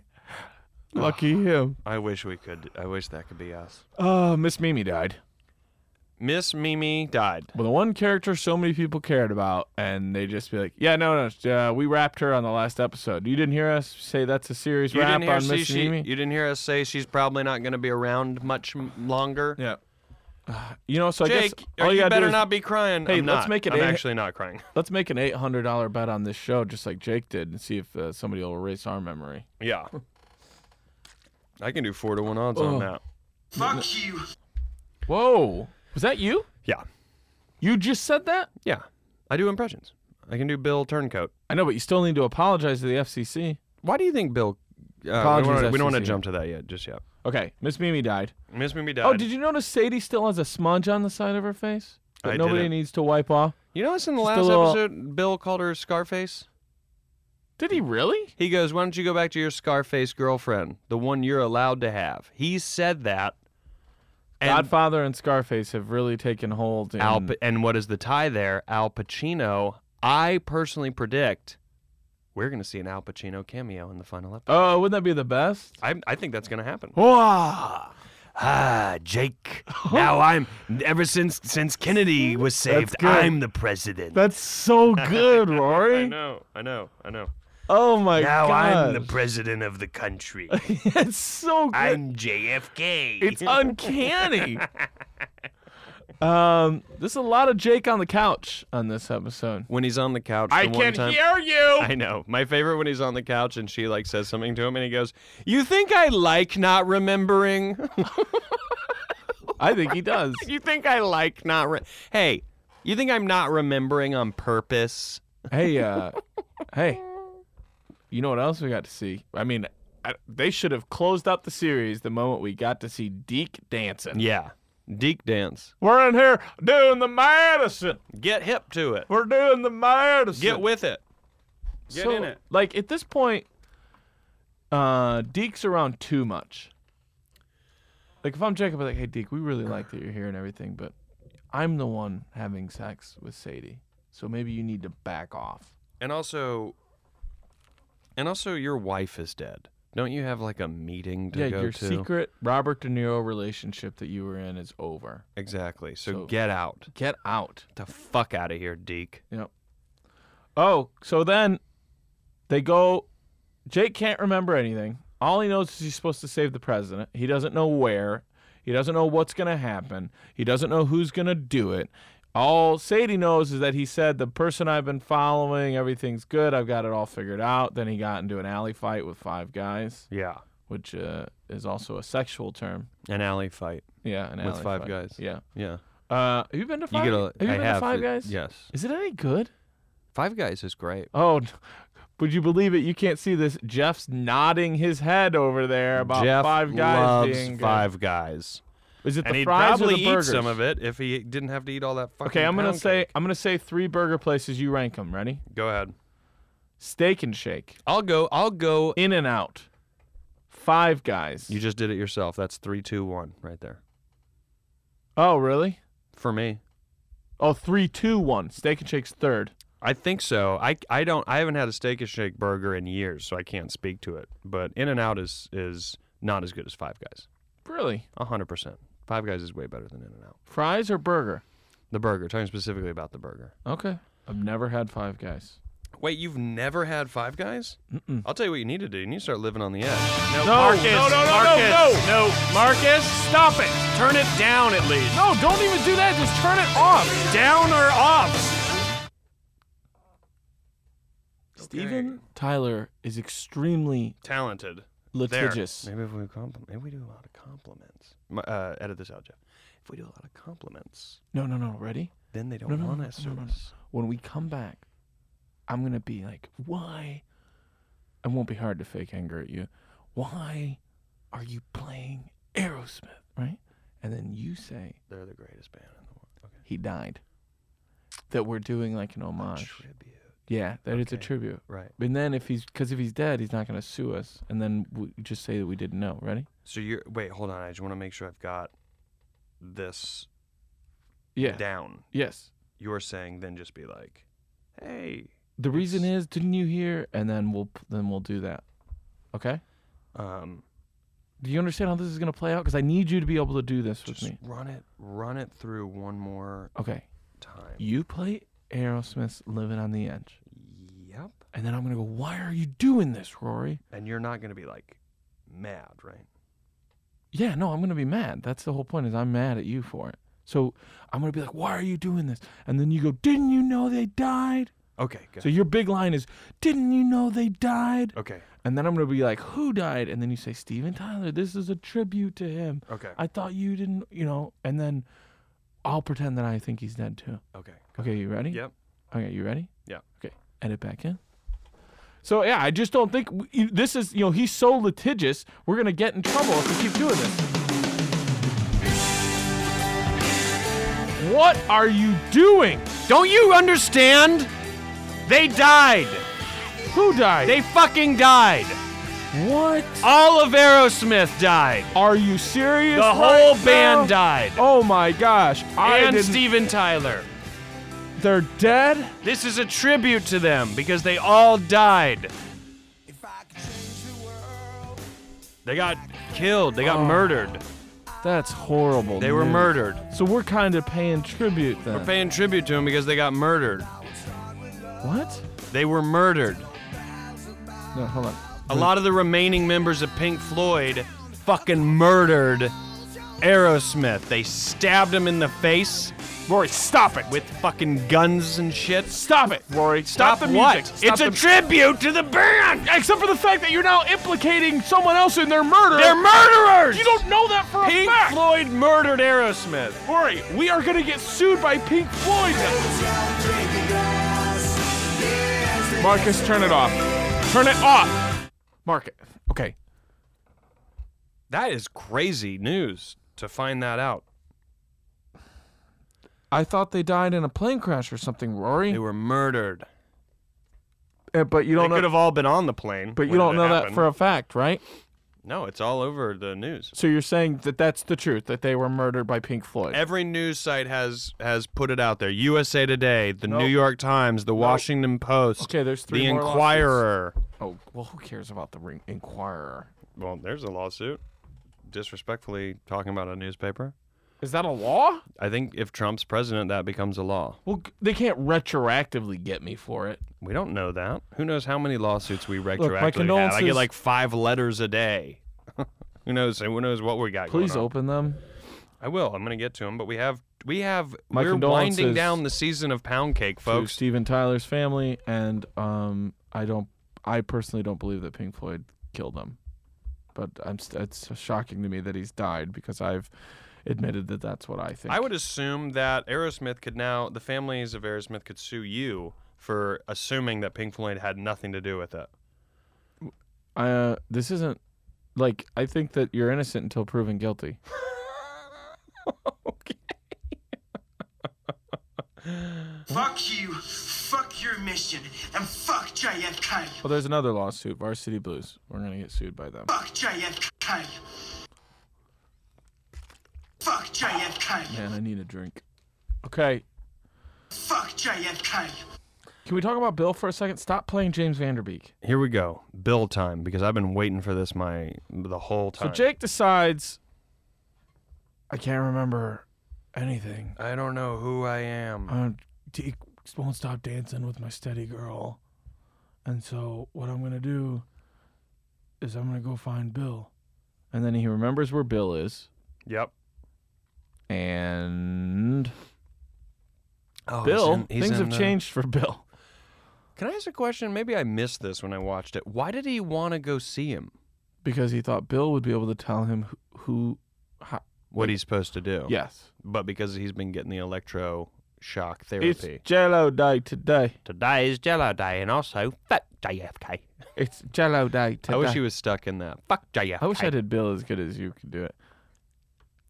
S2: Lucky him.
S1: I wish we could. I wish that could be us.
S2: Oh, Miss Mimi died.
S1: Miss Mimi died.
S2: Well, the one character so many people cared about, and they just be like, "Yeah, no, no, uh, we wrapped her on the last episode. You didn't hear us say that's a series
S1: You
S2: wrap
S1: didn't hear
S2: on
S1: see
S2: Miss
S1: she,
S2: Mimi."
S1: You didn't hear us say she's probably not going to be around much m- longer.
S2: yeah. You know, so I
S1: Jake,
S2: guess
S1: are
S2: all you,
S1: you,
S2: gotta do
S1: better
S2: is
S1: not be crying.
S2: Hey,
S1: I'm
S2: let's
S1: not.
S2: make it
S1: I'm
S2: a-
S1: actually not crying.
S2: let's make an eight hundred dollar bet on this show, just like Jake did, and see if uh, somebody will erase our memory.
S1: Yeah. I can do four to one odds
S2: Oh.
S1: on that.
S4: Fuck you.
S2: Whoa, was that you?
S1: Yeah.
S2: You just said that?
S1: Yeah. I do impressions. I can do Bill Turncoat.
S2: I know, but you still need to apologize to the FCC.
S1: Why do you think Bill? Uh, we
S2: Apologies,
S1: don't wanna- we don't want to
S2: FCC.
S1: jump to that yet, just yet.
S2: Okay, Miss Mimi died.
S1: Miss Mimi died.
S2: Oh, did you notice Sadie still has a smudge on the side of her face that
S1: I
S2: nobody
S1: didn't.
S2: needs to wipe off?
S1: You notice in the
S2: Just a
S1: last
S2: little-
S1: episode, Bill called her Scarface?
S2: Did he really?
S1: He goes, Why don't you go back to your Scarface girlfriend, the one you're allowed to have? He said that. And,
S2: Godfather and Scarface have really taken hold. In,
S1: Al, Pa- and what is the tie there? Al Pacino. I personally predict we're going to see an Al Pacino cameo in the final episode.
S2: oh, wouldn't that be the best?
S1: I, I think that's going to happen.
S2: Wow.
S1: Ah, Jake. Now I'm ever since since Kennedy was saved,
S2: good. I'm
S1: the president.
S2: That's so good,
S1: I
S2: Rory.
S1: know, I know, I know.
S2: Oh my god.
S1: president of the country.
S2: That's so good.
S1: JFK.
S2: it's uncanny. um, there's a lot of Jake on the couch on this episode.
S1: when he's on the couch.
S2: I
S1: the one
S2: can
S1: time,
S2: hear you.
S1: I know. My favorite when he's on the couch and she like says something to him and he goes, "You think I like not remembering?
S2: I think he does.
S1: you think I like not? Re- hey, you think I'm not remembering on purpose?
S2: hey, uh, hey, you know what else we got to see? I mean, I, they should have closed up the series the moment we got to see Deke dancing.
S1: Yeah. Deke dance.
S2: We're in here doing the Madison.
S1: Get hip to it.
S2: We're doing the Madison.
S1: Get with it. Get
S2: So,
S1: in it.
S2: Like at this point, uh, Deke's around too much. Like if I'm Jacob, I'm like, hey Deke, we really like that you're here and everything, but I'm the one having sex with Sadie, so maybe you need to back off.
S1: And also, and also, your wife is dead. Don't you have like a meeting to
S2: yeah,
S1: go
S2: your
S1: to?
S2: secret Robert De Niro relationship that you were in is over.
S1: Exactly. So,
S2: So-
S1: get out.
S2: Get out.
S1: The fuck out of here, Deke.
S2: Yep. Oh, so then they go. Jake can't remember anything. All he knows is he's supposed to save the president. He doesn't know where. He doesn't know what's going to happen. He doesn't know who's going to do it. All Sadie knows is that he said, The person I've been following, everything's good. I've got it all figured out. Then he got into an alley fight with five guys,
S1: Yeah.
S2: which uh, is also a sexual term.
S1: An alley fight.
S2: Yeah, an
S1: With
S2: alley
S1: Five
S2: fight.
S1: Guys.
S2: Yeah.
S1: Yeah.
S2: Uh, have you been to
S1: You
S2: Five?
S1: get a,
S2: have you
S1: I
S2: been
S1: have
S2: to Five
S1: it-
S2: Guys?
S1: Yes.
S2: Is it any good?
S1: Five Guys is great.
S2: Oh, n- would you believe it? You can't see this. Jeff's nodding his head over there about
S1: Jeff
S2: Five Guys
S1: loves
S2: being good.
S1: Five Guys.
S2: Is it
S1: And
S2: the
S1: he'd
S2: fries or
S1: probably
S2: the
S1: eat
S2: burgers?
S1: some of it if he didn't have to eat all that fucking
S2: Okay, I'm gonna
S1: pound
S2: say
S1: cake.
S2: I'm gonna say three burger places. You rank them. Ready?
S1: Go ahead.
S2: Steak and Shake,
S1: I'll go. I'll go.
S2: In and Out, Five Guys.
S1: You just did it yourself. That's three, two, one right there.
S2: oh, really?
S1: For me.
S2: Oh, three, two, one. Steak and Shake's third.
S1: I think so. I, I don't I haven't had a steak and shake burger in years, so I can't speak to it. But In and Out is is not as good as Five Guys.
S2: Really?
S1: hundred percent. Five Guys is way better than In and Out.
S2: Fries or burger?
S1: The burger, talking specifically about the burger.
S2: Okay. I've never had Five Guys.
S1: Uh, Wait, you've never had Five Guys? Mm-mm. I'll tell you what you need to do. You need to start living on the edge. No, Marcus, Marcus,
S2: Oh, no, no, Marcus, stop it!
S1: Turn it down at least.
S2: No, don't even do that. Just turn it off.
S1: Down or off.
S2: Steven Tyler is extremely
S1: Talented. There.
S2: litigious.
S1: Maybe if we compliment, maybe we do a lot of compliments. My- Uh, edit this out, Jeff. If we do a lot of compliments,
S2: No, no, no. Ready?
S1: then they don't
S2: No, no,
S1: want
S2: no,
S1: us.
S2: no, no, no.
S1: service.
S2: When we come back, I'm going to be like, why? It won't be hard to fake anger at you. Why are you playing Aerosmith? Right? And then you say,
S1: They're the greatest band in the world. Okay.
S2: he died. That we're doing like an homage.
S1: Tribute.
S2: Yeah, that is a
S1: Okay.
S2: tribute.
S1: Right.
S2: And then if he's, because if he's dead, he's not going to sue us. And then we just say that we didn't know. Ready?
S1: So you're wait, hold on. I just want to make sure I've got this
S2: Yeah.
S1: down.
S2: Yes.
S1: You're saying then just be like, hey.
S2: The reason is, didn't you hear? And then we'll then we'll do that. Okay.
S1: Um,
S2: Do you understand how this is gonna play out? Because I need you to be able to do this with
S1: just
S2: me.
S1: run it, run it through one more
S2: Okay.
S1: time.
S2: You play Aerosmith's "Living on the Edge,"
S1: Yep.
S2: and then I'm gonna go. Why are you doing this, Rory?
S1: And you're not gonna be like mad, right?
S2: Yeah, no, I'm gonna be mad. That's the whole point. Is I'm mad at you for it. So I'm gonna be like, why are you doing this? And then you go, didn't you know they died?
S1: Okay. Good.
S2: So your big line is, didn't you know they died?
S1: okay.
S2: And then I'm gonna be like, who died? And then you say, Steven Tyler. This is a tribute to him.
S1: Okay.
S2: I thought you didn't, you know, and then I'll pretend that I think he's dead too.
S1: okay.
S2: Okay, you ready?
S1: Yep.
S2: Okay, you ready?
S1: Yeah.
S2: Okay, edit back in. So yeah, I just don't think w- you- this is, you know, he's so litigious. We're gonna get in trouble if we keep doing this. What are you doing?
S1: Don't you understand? They died.
S2: Who died?
S1: They fucking died.
S2: what?
S1: All of Aerosmith died.
S2: Are you serious?
S1: The
S2: right
S1: whole
S2: now?
S1: band died.
S2: Oh my gosh! I
S1: and
S2: didn't-
S1: Steven Tyler.
S2: They're dead.
S1: This is a tribute to them because they all died. They got killed. They got murdered.
S2: That's horrible.
S1: They were
S2: news.
S1: murdered.
S2: So we're kind of paying tribute then.
S1: We're paying tribute to them because they got murdered.
S2: what?
S1: They were murdered.
S2: No, hold on.
S1: A lot of the remaining members of Pink Floyd fucking murdered Aerosmith. They stabbed him in the face
S2: Rory, stop it.
S1: with fucking guns and shit.
S2: Stop it, Rory. Stop, the
S1: what?
S2: music. Stop
S1: it's
S2: the-
S1: a tribute to the band.
S2: Except for the fact that you're now implicating someone else in their murder.
S1: They're murderers.
S2: You don't know that for
S1: Pink
S2: a fact.
S1: Floyd murdered Aerosmith.
S2: Rory, we are going to get sued by Pink Floyd. Marcus, turn it off. Turn it off. Marcus. Okay.
S1: That is crazy news to find that out.
S2: I thought they died in a plane crash or something, Rory.
S1: They were murdered.
S2: Uh, but
S1: They
S2: you don't
S1: could
S2: know
S1: have all been on the plane.
S2: but you
S1: when
S2: don't
S1: it
S2: know that
S1: happened.
S2: for a fact, right?
S1: No, it's all over the news.
S2: So you're saying that that's the truth that they were murdered by Pink Floyd.
S1: Every news site has has put it out there. USA Today, the New York Times, the Washington Post.
S2: Okay, there's three
S1: The
S2: more lawsuits.
S1: Inquirer.
S2: Oh, well, who cares about the ring Inquirer?
S1: Well, there's a lawsuit. Disrespectfully talking about a newspaper.
S2: Is that a law?
S1: I think if Trump's president, that becomes a law.
S2: Well, g- they can't retroactively get me for it.
S1: We don't know that. Who knows how many lawsuits we retroactively have? I
S2: condolences-
S1: get like five letters a day. Who knows? Who knows what we got?
S2: Please
S1: going on.
S2: open them.
S1: I will. I'm gonna get to them, but we have we have
S2: My
S1: we're winding
S2: condolences
S1: down the season of pound cake,
S2: To
S1: folks.
S2: Steven Tyler's family, and um, I don't, I personally don't believe that Pink Floyd killed him, but I'm. St- it's shocking to me that he's died because I've admitted that that's what I think.
S1: I would assume that Aerosmith could now the families of Aerosmith could sue you for assuming that Pink Floyd had nothing to do with it.
S2: Uh, this isn't like I think that you're innocent until proven guilty.
S4: Fuck you, fuck your mission, and fuck Jayet Kyle.
S2: Well, there's another lawsuit, Varsity Blues. We're gonna get sued by them.
S4: Fuck Jayet Kyle. Fuck Jayet Kyle.
S2: Man, I need a drink. Okay,
S4: Fuck Jayet Kyle.
S2: can we talk about Bill for a second? Stop playing James Vanderbeek.
S1: Here we go, bill time because I've been waiting for this my the whole
S2: So
S1: time.
S2: Jake decides. I can't remember anything.
S1: I don't know who I am.
S2: I d- won't stop dancing with my steady girl. And so what I'm going to do is I'm going to go find Bill. And then he remembers where Bill is.
S1: yep.
S2: And
S1: Oh,
S2: Bill, things have changed for Bill.
S1: Can I ask a question? Maybe I missed this when I watched it. Why did he want to go see him?
S2: Because he thought Bill would be able to tell him who. who how,
S1: What he's supposed to do?
S2: yes.
S1: But because he's been getting the electro shock
S2: It's
S1: therapy.
S2: Jello Day today.
S1: Today is Jello Day, and also fuck JFK.
S2: It's Jello Day today.
S1: I wish he was stuck in that. Fuck JFK.
S2: I wish I did Bill as good as you could do it.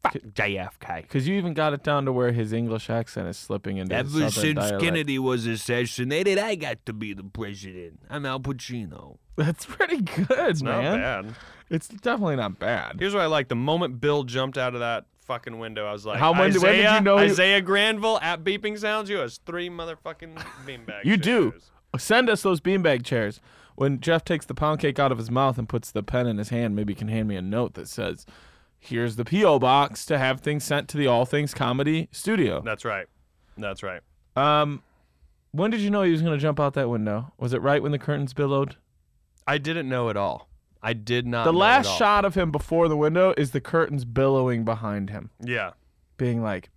S1: Fuck JFK.
S2: Because you even got it down to where his English accent is slipping into his southern dialect.
S1: was assassinated, I got to be the president. I'm Al Pacino.
S2: That's pretty good,
S1: Not
S2: man.
S1: bad.
S2: It's definitely not bad.
S1: Here's what I like: the moment Bill jumped out of that fucking window, I was like,
S2: How when- when
S1: Isaiah,
S2: did you know you-
S1: Isaiah Granville at beeping sounds? You has three motherfucking beanbags.
S2: You do. Send us those beanbag chairs. When Jeff takes the pound cake out of his mouth and puts the pen in his hand, maybe he can hand me a note that says, "Here's the PO box to have things sent to the All Things Comedy Studio."
S1: That's right. That's right.
S2: Um, when did you know he was going to jump out that window? Was it right when the curtains billowed?
S1: I didn't know at all. I did not.
S2: The
S1: know at
S2: last
S1: all.
S2: shot of him before the window is the curtains billowing behind him,
S1: Yeah.
S2: being like,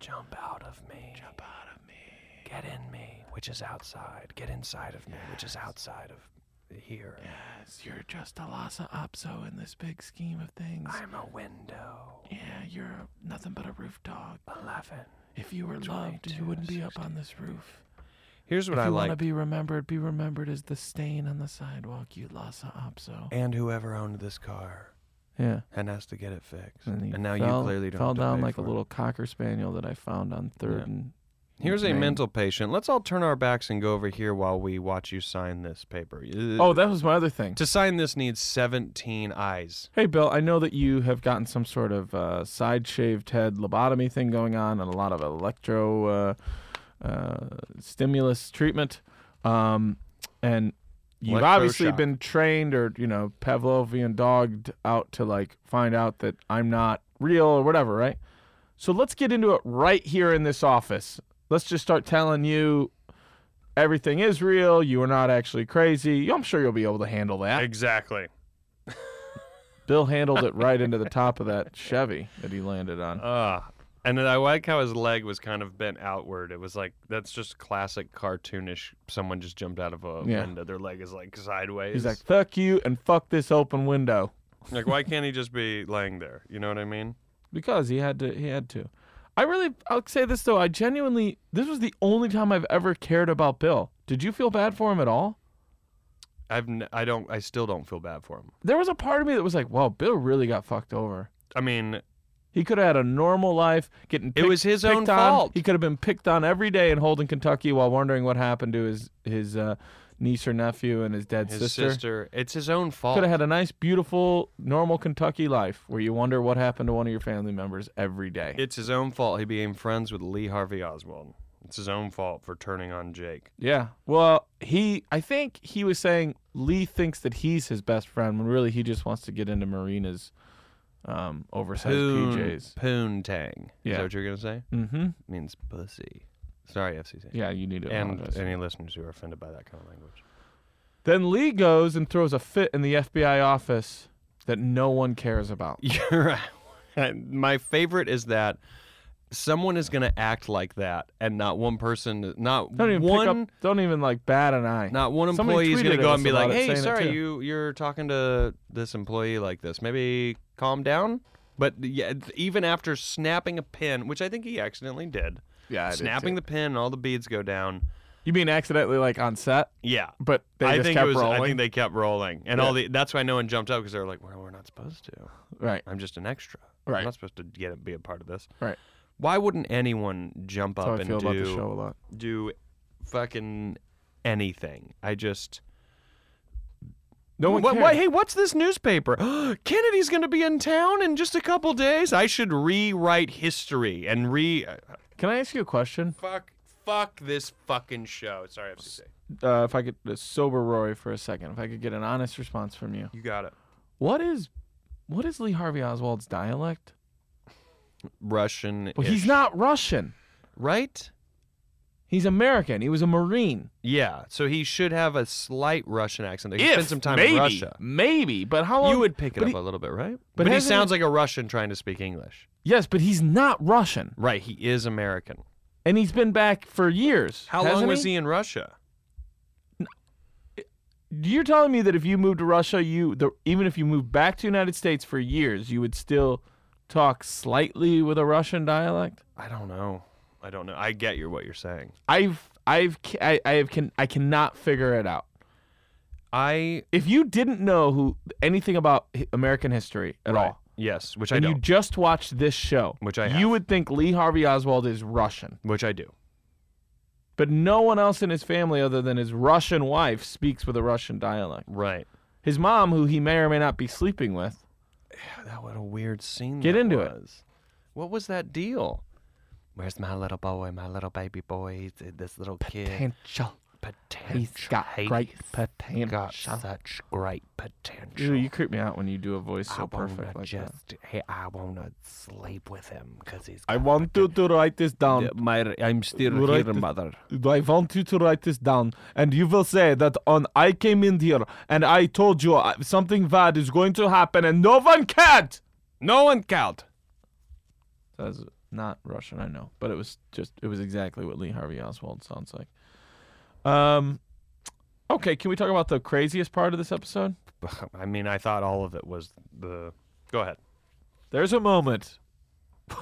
S1: Jump out of me. Jump out of me. Get in me, which is outside. Get inside of me, which is outside of here.
S2: You're just a Lhasa Apso in this big scheme of things.
S1: I'm a window.
S2: yeah, you're nothing but a roof dog. 11. If you were loved, you wouldn't be up on this roof.
S1: Here's what I like.
S2: be remembered, be remembered as the stain on the sidewalk, you Lhasa Apso.
S1: and whoever owned this car
S2: Yeah.
S1: and has to get it fixed.
S2: And, he
S1: now
S2: fell-
S1: you clearly don't
S2: fell
S1: have to
S2: down
S1: pay
S2: like
S1: for
S2: a
S1: it.
S2: little cocker spaniel that I found on third
S1: Yeah.
S2: and
S1: Here's a
S2: Main-
S1: mental patient. Let's all turn our backs and go over here while we watch you sign this paper. Uh,
S2: Oh, that was my other thing.
S1: to sign this needs 17 eyes.
S2: Hey, Bill, I know that you have gotten some sort of uh, side shaved head lobotomy thing going on and a lot of electro uh, uh, stimulus treatment. Um, and you've obviously
S1: Electroshock.
S2: been trained or, you know, Pavlovian dogged out to like find out that I'm not real or whatever, right? So let's get into it right here in this office. Let's just start telling you everything is real. You are not actually crazy. I'm sure you'll be able to handle that.
S1: Exactly.
S2: Bill handled it right into the top of that Chevy that he landed on.
S1: Uh, and then I like how his leg was kind of bent outward. It was like, that's just classic cartoonish. Someone just jumped out of a
S2: Yeah.
S1: window. Their leg is like sideways.
S2: He's like, "Fuck you and fuck this open window,"
S1: like, why can't he just be laying there? You know what I mean?
S2: because he had to. He had to. I really, I'll say this though. I genuinely, this was the only time I've ever cared about Bill. Did you feel bad for him at all?
S1: I've n- I don't I still don't feel bad for him.
S2: There was a part of me that was like, "Wow, Bill really got fucked over."
S1: I mean,
S2: He could have had a normal life, getting picked,
S1: was his own
S2: picked on.
S1: fault.
S2: He could have been picked on every day in Holden, Kentucky, while wondering what happened to his his uh, niece or nephew and his dead
S1: his sister, it's his own fault.
S2: could have had a nice, beautiful, normal Kentucky life where you wonder what happened to one of your family members every day.
S1: It's his own fault. He became friends with Lee Harvey Oswald. It's his own fault for turning on Jake.
S2: yeah. Well, he, I think he was saying Lee thinks that he's his best friend when really he just wants to get into Marina's um, oversized PJs.
S1: poontang. Is
S2: Yeah.
S1: that what you're gonna say?
S2: Mm-hmm.
S1: means pussy. Sorry, FCC.
S2: Yeah, you need to
S1: And
S2: apologize.
S1: any listeners who are offended by that kind of language.
S2: Then Lee goes and throws a fit in the FBI office that no one cares about.
S1: You're right. My favorite is that someone is going to act like that, and not one person, not
S2: Don't even
S1: one,
S2: pick up, don't even like bat an eye.
S1: not one
S2: Somebody
S1: employee is
S2: tweeted
S1: going
S2: at
S1: to go
S2: us
S1: and be
S2: about
S1: like,
S2: it,
S1: "Hey,
S2: saying it
S1: sorry,
S2: too."
S1: you you're talking to this employee like this. Maybe calm down." But yeah, even after snapping a pin, which I think he accidentally did,
S2: yeah,
S1: snapping the pin, and all the beads go down.
S2: You mean accidentally like on set?
S1: Yeah,
S2: But they
S1: I
S2: just
S1: think
S2: kept
S1: it was.
S2: rolling.
S1: I think they kept rolling, and all the that's why no one jumped up because they were like, "Well, we're not supposed to.
S2: right.
S1: I'm just an extra.
S2: Right.
S1: I'm not supposed to get be a part of this."
S2: Right.
S1: Why wouldn't anyone jump
S2: That's how
S1: up
S2: I
S1: and
S2: feel
S1: do
S2: about the show a lot.
S1: do fucking anything? I just
S2: No one
S1: What-
S2: cares.
S1: why- hey, what's this newspaper? Kennedy's going to be in town in just a couple days. I should rewrite history and re uh,
S2: Can I ask you a question?
S1: fuck fuck this fucking show. Sorry, FCC.
S2: Uh, if I could uh, sober Rory for a second, if I could get an honest response from you,
S1: You got it.
S2: what is, what is Lee Harvey Oswald's dialect?
S1: Russian.
S2: Well, he's not Russian.
S1: right.
S2: He's American. He was a Marine.
S1: Yeah, so he should have a slight Russian accent. He spent some time
S2: maybe,
S1: in Russia.
S2: maybe. But how long
S1: You would pick it
S2: but
S1: up
S2: he-
S1: a little bit, right?
S2: but
S1: But, he
S2: hasn't
S1: sounds like a Russian trying to speak English.
S2: yes, but he's not Russian,
S1: Right, he is American.
S2: and he's been back for years.
S1: How long
S2: hasn't
S1: was he in Russia?
S2: You're telling me that if you moved to Russia, you the, even if you moved back to the United States for years, you would still talk slightly with a Russian dialect?
S1: I don't know. I don't know. I get you what you're saying.
S2: I've I've ca- I, I have can I cannot figure it out.
S1: I
S2: If you didn't know who anything about hi- American history at all,
S1: yes, which I
S2: and
S1: do,
S2: you just watched this show,
S1: Which I
S2: you
S1: have.
S2: would think Lee Harvey Oswald is Russian,
S1: which I do.
S2: but no one else in his family other than his Russian wife speaks with a Russian dialect.
S1: Right.
S2: His mom, who he may or may not be sleeping with,
S1: That what a weird scene.
S2: Get
S1: that
S2: into it.
S1: was. What was that deal? Where's my little boy? My little baby boy. He's This little kid.
S2: potential.
S1: Potential.
S2: He's got great potential.
S1: got such great potential.
S2: Ew, you creep me out when you do a voice so perfect like that.
S1: hey, I wanna sleep with him because he's.
S2: I want you to write this down.
S1: my, I'm still
S2: Right.
S1: here, mother.
S2: I want you to write this down, and you will say that on I came in here and I told you uh, something bad is going to happen, and no one cared.
S1: No one count.
S2: That's not Russian, I know, but it was just it was exactly what Lee Harvey Oswald sounds like. Um, okay, can we talk about the craziest part of this episode?
S1: I mean, I thought all of it was the. Go ahead.
S2: There's a moment.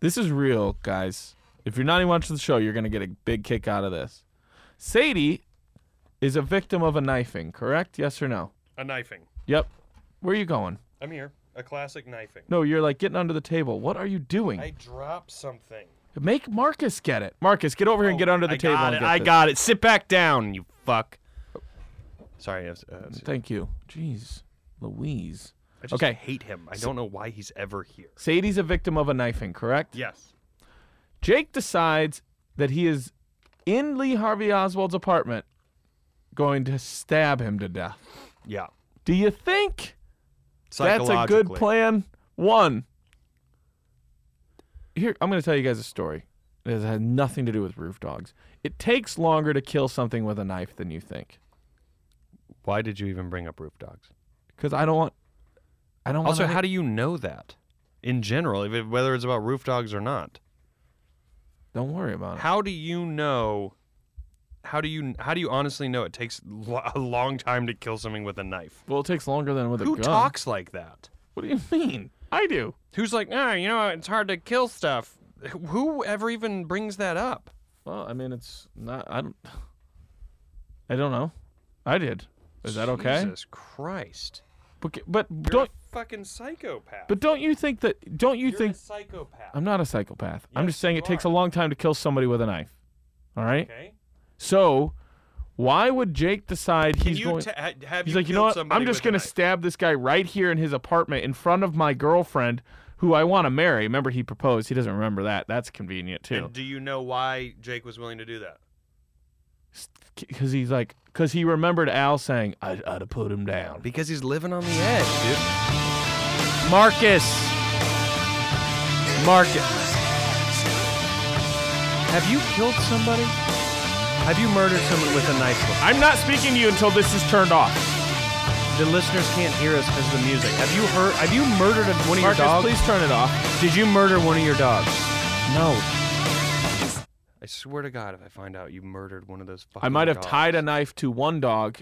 S2: this is real, guys. If you're not even watching the show, you're going to get a big kick out of this. Sadie is a victim of a knifing, correct? Yes or no?
S1: A knifing.
S2: Yep. Where are you going?
S1: I'm here. A classic knifing.
S2: No, you're like getting under the table. What are you doing?
S1: dropped something.
S2: Make Marcus get it. Marcus, get over here and get under the
S1: Oh, I
S2: table.
S1: Got
S2: and
S1: it.
S2: get
S1: I
S2: this.
S1: got it. Sit back down, you fuck. Sorry. I, was, uh,
S2: Thank you. Jeez, Louise.
S1: I just
S2: Okay.
S1: hate him. I don't know why he's ever here.
S2: Sadie's a victim of a knifing, correct?
S1: Yes.
S2: Jake decides that he is in Lee Harvey Oswald's apartment, going to stab him to death.
S1: Yeah.
S2: Do you think that's a good
S1: Psychologically.
S2: plan? One. Here, I'm going to tell you guys a story. It has had nothing to do with roof dogs. It takes longer to kill something with a knife than you think,
S1: Why did you even bring up roof dogs?
S2: because I don't want. I don't.
S1: Also,
S2: want
S1: how do you know that? In general, if it- whether it's about roof dogs or not,
S2: Don't worry about it.
S1: how do you know? How do you how do you honestly know it takes lo- a long time to kill something with a knife?
S2: Well, it takes longer than with a
S1: Who
S2: gun.
S1: talks like that?
S2: What do you mean? I do.
S1: Who's like, ah, you know, it's hard to kill stuff. Who ever even brings that up?
S2: Well, I mean, it's not. I don't. I don't know. I did. Is that okay?
S1: Jesus Christ!
S2: But, but
S1: You're
S2: don't.
S1: a fucking psychopath.
S2: But don't you think that? Don't you
S1: You're
S2: think?
S1: a psychopath.
S2: I'm not a psychopath. I'm
S1: Yes,
S2: just saying
S1: you
S2: it takes
S1: are.
S2: a long time to kill somebody with a knife. All right.
S1: okay.
S2: So, why would Jake decide
S1: Can
S2: he's
S1: you
S2: going?
S1: ta- ha- have
S2: he's
S1: you
S2: like,
S1: killed
S2: you know what?
S1: somebody
S2: I'm just
S1: with a
S2: gonna
S1: knife?
S2: stab this guy right here in his apartment in front of my girlfriend, who I want to marry. Remember, he proposed. He doesn't remember that. That's convenient too.
S1: And do you know why Jake was willing to do that?
S2: Because he's like, because he remembered Al saying, I'd, "I'd have put him down."
S1: Because he's living on the edge, dude.
S2: Marcus. Marcus.
S1: Have you killed somebody? Have you murdered someone with a knife?
S2: I'm not speaking to you until this is turned off.
S1: the listeners can't hear us because of the music. Have you heard? Have you murdered one of your
S2: Marcus,
S1: dogs?
S2: please turn it off.
S1: Did you murder one of your dogs? No. I swear to God, if I find out you murdered one of those fucking
S2: I might have
S1: dogs.
S2: tied a knife to one dog,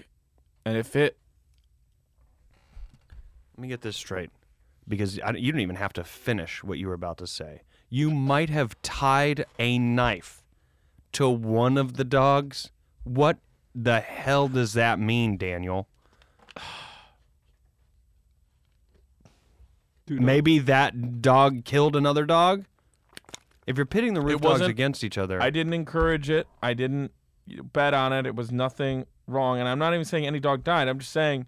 S2: and if it
S1: Let me get this straight, because I, you don't even have to finish what you were about to say. You might have tied a knife to one of the dogs. What the hell does that mean, Daniel?
S5: Dude,
S1: Maybe that dog killed another dog. If you're pitting the roof dogs
S2: wasn't-
S1: against each other,
S2: I didn't encourage it, I didn't bet on it, it was nothing wrong, and I'm not even saying any dog died. I'm just saying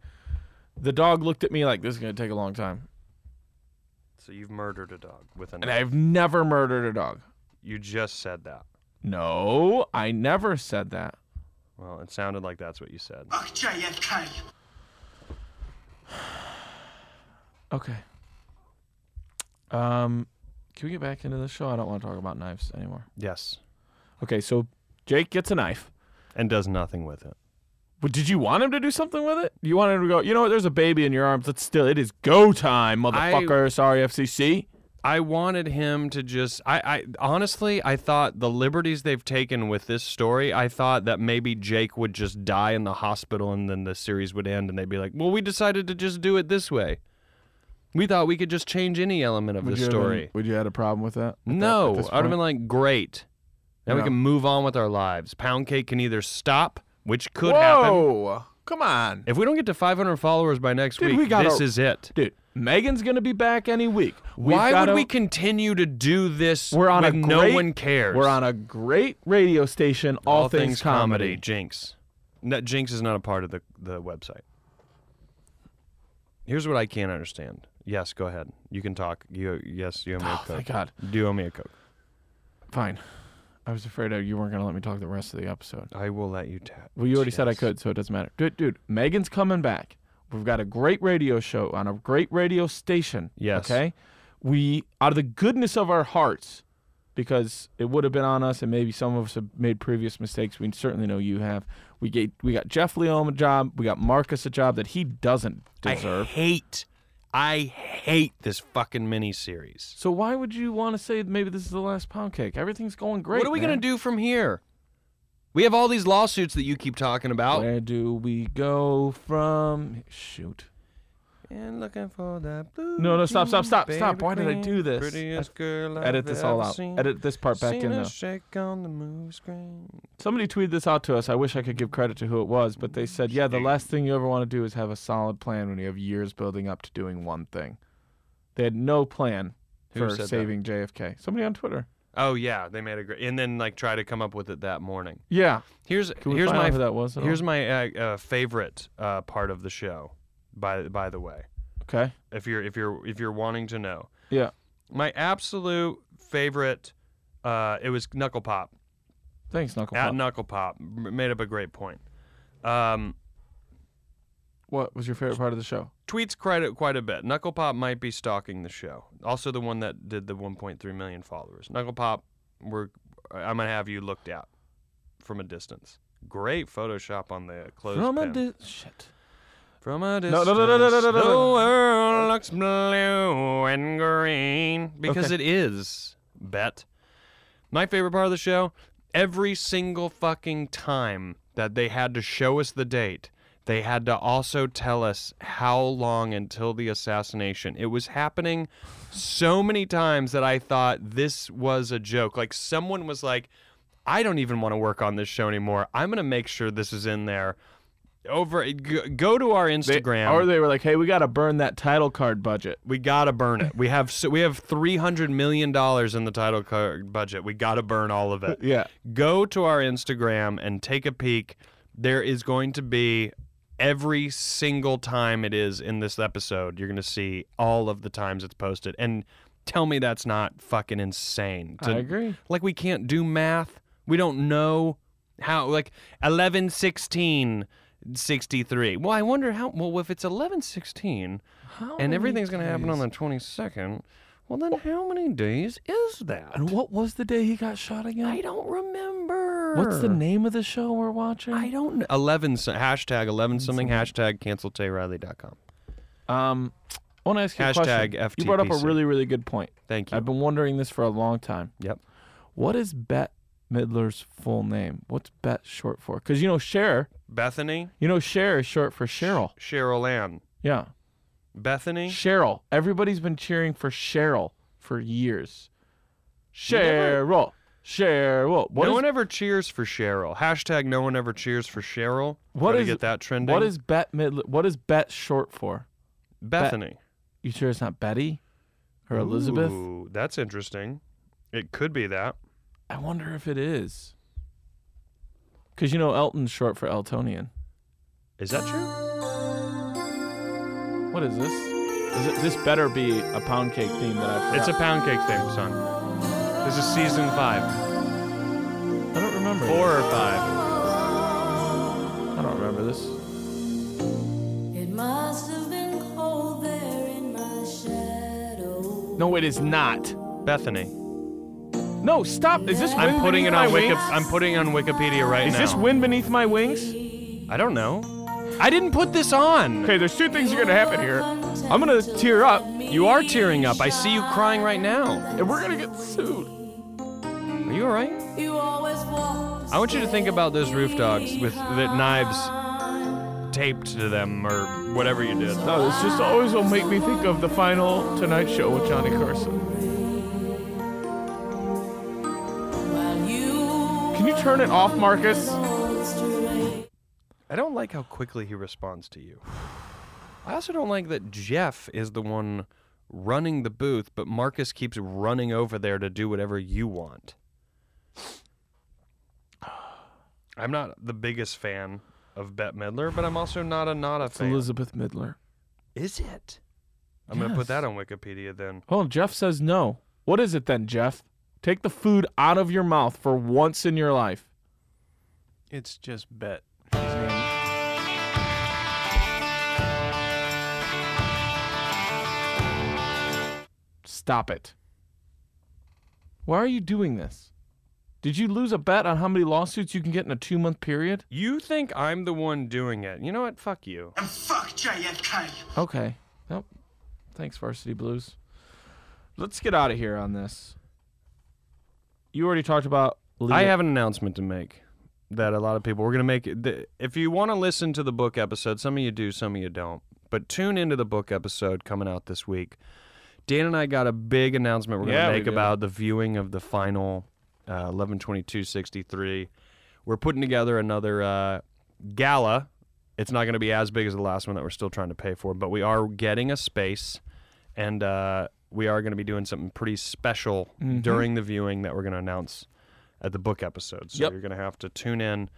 S2: the dog looked at me like this is gonna take a long time,
S1: so you've murdered a dog with a
S2: and
S1: knife.
S2: I've never murdered a dog.
S1: you just said that.
S2: No, I never said that.
S1: Well, it sounded like that's what you said.
S4: Akçay Yatkay.
S2: Okay. Um, can we get back into the show? I don't want to talk about knives anymore.
S1: Yes,
S2: Okay, so Jake gets a knife.
S1: and does nothing with it.
S2: But did you want him to do something with it? You wanted him to go, you know what, there's a baby in your arms. Let's still, it is go time, motherfucker. Sorry, FCC.
S1: I wanted him to just I, I honestly I thought the liberties they've taken with this story, I thought that maybe Jake would just die in the hospital and then the series would end and they'd be like, Well, we decided to just do it this way. We thought we could just change any element of the story.
S2: would you had a problem with that?
S1: no. I would have been like, Great. Now we
S2: Yeah.
S1: can move on with our lives. Pound cake can either stop, which could happen.
S2: Whoa, come on.
S1: If we don't get to 500 followers by next
S2: Dude,
S1: week,
S2: we gotta-
S1: this is it.
S2: Dude, Megan's going to be back any week. We've
S1: Why
S2: gotta-
S1: would we continue to do this
S2: We're on a
S1: when
S2: great-
S1: no one cares?
S2: We're on a great radio station, All,
S1: All
S2: Things, Comedy.
S1: Jinx. No, Jinx is not a part of the, the website. Here's what I can't understand. Yes, go ahead. You can talk. You yes, you owe me a
S2: Oh,
S1: coke.
S2: thank God.
S1: Do you owe me a coke?
S2: Fine. I was afraid you weren't going to let me talk the rest of the episode.
S1: I will let you tap.
S2: Well, you already said I
S1: Yes.
S2: could, so it doesn't matter. Dude, dude, Megan's coming back. We've got a great radio show on a great radio station.
S1: Yes.
S2: Okay. We, out of the goodness of our hearts, because it would have been on us, and maybe some of us have made previous mistakes. We certainly know you have. We gave, we got Jeff Leom a job. We got Marcus a job that he doesn't
S1: I
S2: deserve.
S1: hate. I hate this fucking miniseries.
S2: so why would you want to say maybe this is the last pound cake? Everything's going great.
S1: What are we
S2: man.
S1: gonna do from here? We have all these lawsuits that you keep talking about.
S2: Where do we go from? Shoot.
S1: And looking for that blue.
S2: No, no, stop, stop,
S1: jean,
S2: stop, stop.
S1: baby
S2: Why did I
S1: queen,
S2: do this?
S1: prettiest girl I've
S2: Edit this all
S1: ever
S2: out.
S1: seen.
S2: Edit this part back in
S1: Seen her
S2: though.
S1: shake on the movie screen.
S2: Somebody tweeted this out to us. I wish I could give credit to who it was, but they said, "Yeah, the last thing you ever want to do is have a solid plan when you have years building up to doing one thing." They had no plan
S1: Who
S2: for
S1: said that?
S2: saving JFK. Somebody on Twitter.
S1: Oh yeah, they made a great, and then like try to come up with it that morning.
S2: Yeah.
S1: Here's
S2: Can we
S1: here's
S2: find out
S1: my
S2: who that was? at all?
S1: here's my uh, uh, favorite uh, part of the show. By by the way,
S2: okay.
S1: if you're if you're if you're wanting to know,
S2: Yeah.
S1: my absolute favorite, uh, it was Knuckle Pop.
S2: Thanks, Knuckle.
S1: At
S2: Pop.
S1: Knuckle Pop m- made up a great point. Um,
S2: what was your favorite part of the show?
S1: tweets quite a, quite a bit. Knuckle Pop might be stalking the show. Also, the one that did the 1.3 million followers. Knuckle Pop, we're I'm gonna have you looked at from a distance. Great Photoshop on the clothes
S2: From a
S1: pin.
S2: di- shit.
S1: From a
S2: no,
S1: distance,
S2: no, no, no, no,
S1: the
S2: no, no.
S1: world looks blue and green because
S2: Okay.
S1: it is. Bet. My favorite part of the show: every single fucking time that they had to show us the date, they had to also tell us how long until the assassination. It was happening so many times that I thought this was a joke. Like someone was like, "I don't even want to work on this show anymore. I'm gonna make sure this is in there." over g- go to our
S2: They-
S1: Instagram.
S2: or they were like, "Hey, we got to burn that title card budget."
S1: we gotta burn it. We have so, we have three hundred million dollars in the title card budget. We gotta burn all of it.
S2: Yeah.
S1: Go to our Instagram and take a peek. There is going to be every single time it is in this episode. You're gonna see all of the times it's posted. And tell me that's not fucking insane.
S2: I
S1: to-
S2: agree.
S1: Like we can't do math. We don't know how like 11 16 63. Well, I wonder how well if it's 11 16 and everything's going to happen on the 22nd,
S2: Oh.
S1: well then how many days is that?
S2: And what was the day he got shot again?
S1: I don't remember. sure.
S2: What's the name of the show we're watching?
S1: I don't know. 11, so- hashtag 11 something, hashtag canceltayriley.com.
S2: Um, I want to ask you a
S1: Hashtag
S2: question. You brought up a
S1: FTPC.
S2: really, really good point.
S1: Thank you.
S2: I've been wondering this for a long time.
S1: Yep.
S2: What is Bet Midler's full name? What's Bet short for? Because you know Cher.
S1: Bethany,
S2: You know Cher is short for Cheryl.
S1: Cheryl Ann.
S2: Yeah,
S1: Bethany?
S2: Cheryl. Everybody's been cheering for Cheryl for years.
S1: never-
S2: Cheryl. Cheryl. What
S1: no
S2: is-
S1: one ever cheers for Cheryl. Hashtag no one ever cheers for Cheryl.
S2: What
S1: Gotta
S2: is-
S1: get that trending?
S2: what is Bet Midler? What is Bet short for?
S1: Bethany?
S2: You sure it's not Betty or Elizabeth?
S1: Ooh, that's interesting. It could be that.
S2: I wonder if it is. Because you know Elton's short for Eltonian.
S1: Is that true?
S2: What is this? Is it, this better be a pound cake theme that I
S1: It's
S2: forgot.
S1: a pound cake theme song. This is season five,
S2: I don't remember.
S1: four or five.
S2: I don't remember this.
S7: It must have been cold there in my shadow.
S2: No, it is not.
S1: Bethany.
S2: No, stop. Is this
S1: I'm
S2: Wind
S1: putting it
S2: Beneath
S1: on
S2: My
S1: Wiki.
S2: Wings?
S1: I'm putting it on Wikipedia right
S2: Is
S1: now.
S2: this Wind Beneath My Wings?
S1: I don't know. I didn't put this on.
S2: Okay, there's two things that are gonna happen here. I'm gonna tear up,
S1: You are tearing up. I see you crying right now.
S2: and we're gonna get sued.
S1: Are you all right?
S7: You always walk.
S1: I want you to think about those roof dogs with the knives taped to them or whatever you did.
S2: No, Oh, this just always will make me think of the final Tonight Show with Johnny Carson.
S7: While you
S2: Can you turn it off, Marcus?
S7: hold straight.
S1: I don't like how quickly he responds to you. I also don't like that Jeff is the one running the booth, but Marcus keeps running over there to do whatever you want. I'm not the biggest fan of Bette Midler, but I'm also not a not a fan.
S2: Elizabeth Midler.
S1: Is it? I'm gonna put
S2: Yes.
S1: that on Wikipedia then.
S2: Well, Jeff says no. What is it then, Jeff? Take the food out of your mouth for once in your life.
S5: It's just Bet. His name.
S2: Stop it. Why are you doing this? Did you lose a bet on how many lawsuits you can get in a two month period?
S1: You think I'm the one doing it? You know what? Fuck you.
S4: And fuck giant kite.
S2: Okay. Nope. Thanks, Varsity Blues. Let's get out of here on this. You already talked about.
S1: I
S2: Leah-
S1: have an announcement to make that a lot of people we're going to make th- if you want to listen to the book episode some of you do some of you don't but tune into the book episode coming out this week dan and i got a big announcement we're going to
S2: Yeah, we
S1: make
S2: did.
S1: about the viewing of the final uh, 11 we're putting together another uh, gala it's not going to be as big as the last one that we're still trying to pay for but we are getting a space and uh, we are going to be doing something pretty special
S2: Mm-hmm.
S1: during the viewing that we're going to announce at the book episode. So
S2: Yep.
S1: you're going to have to tune in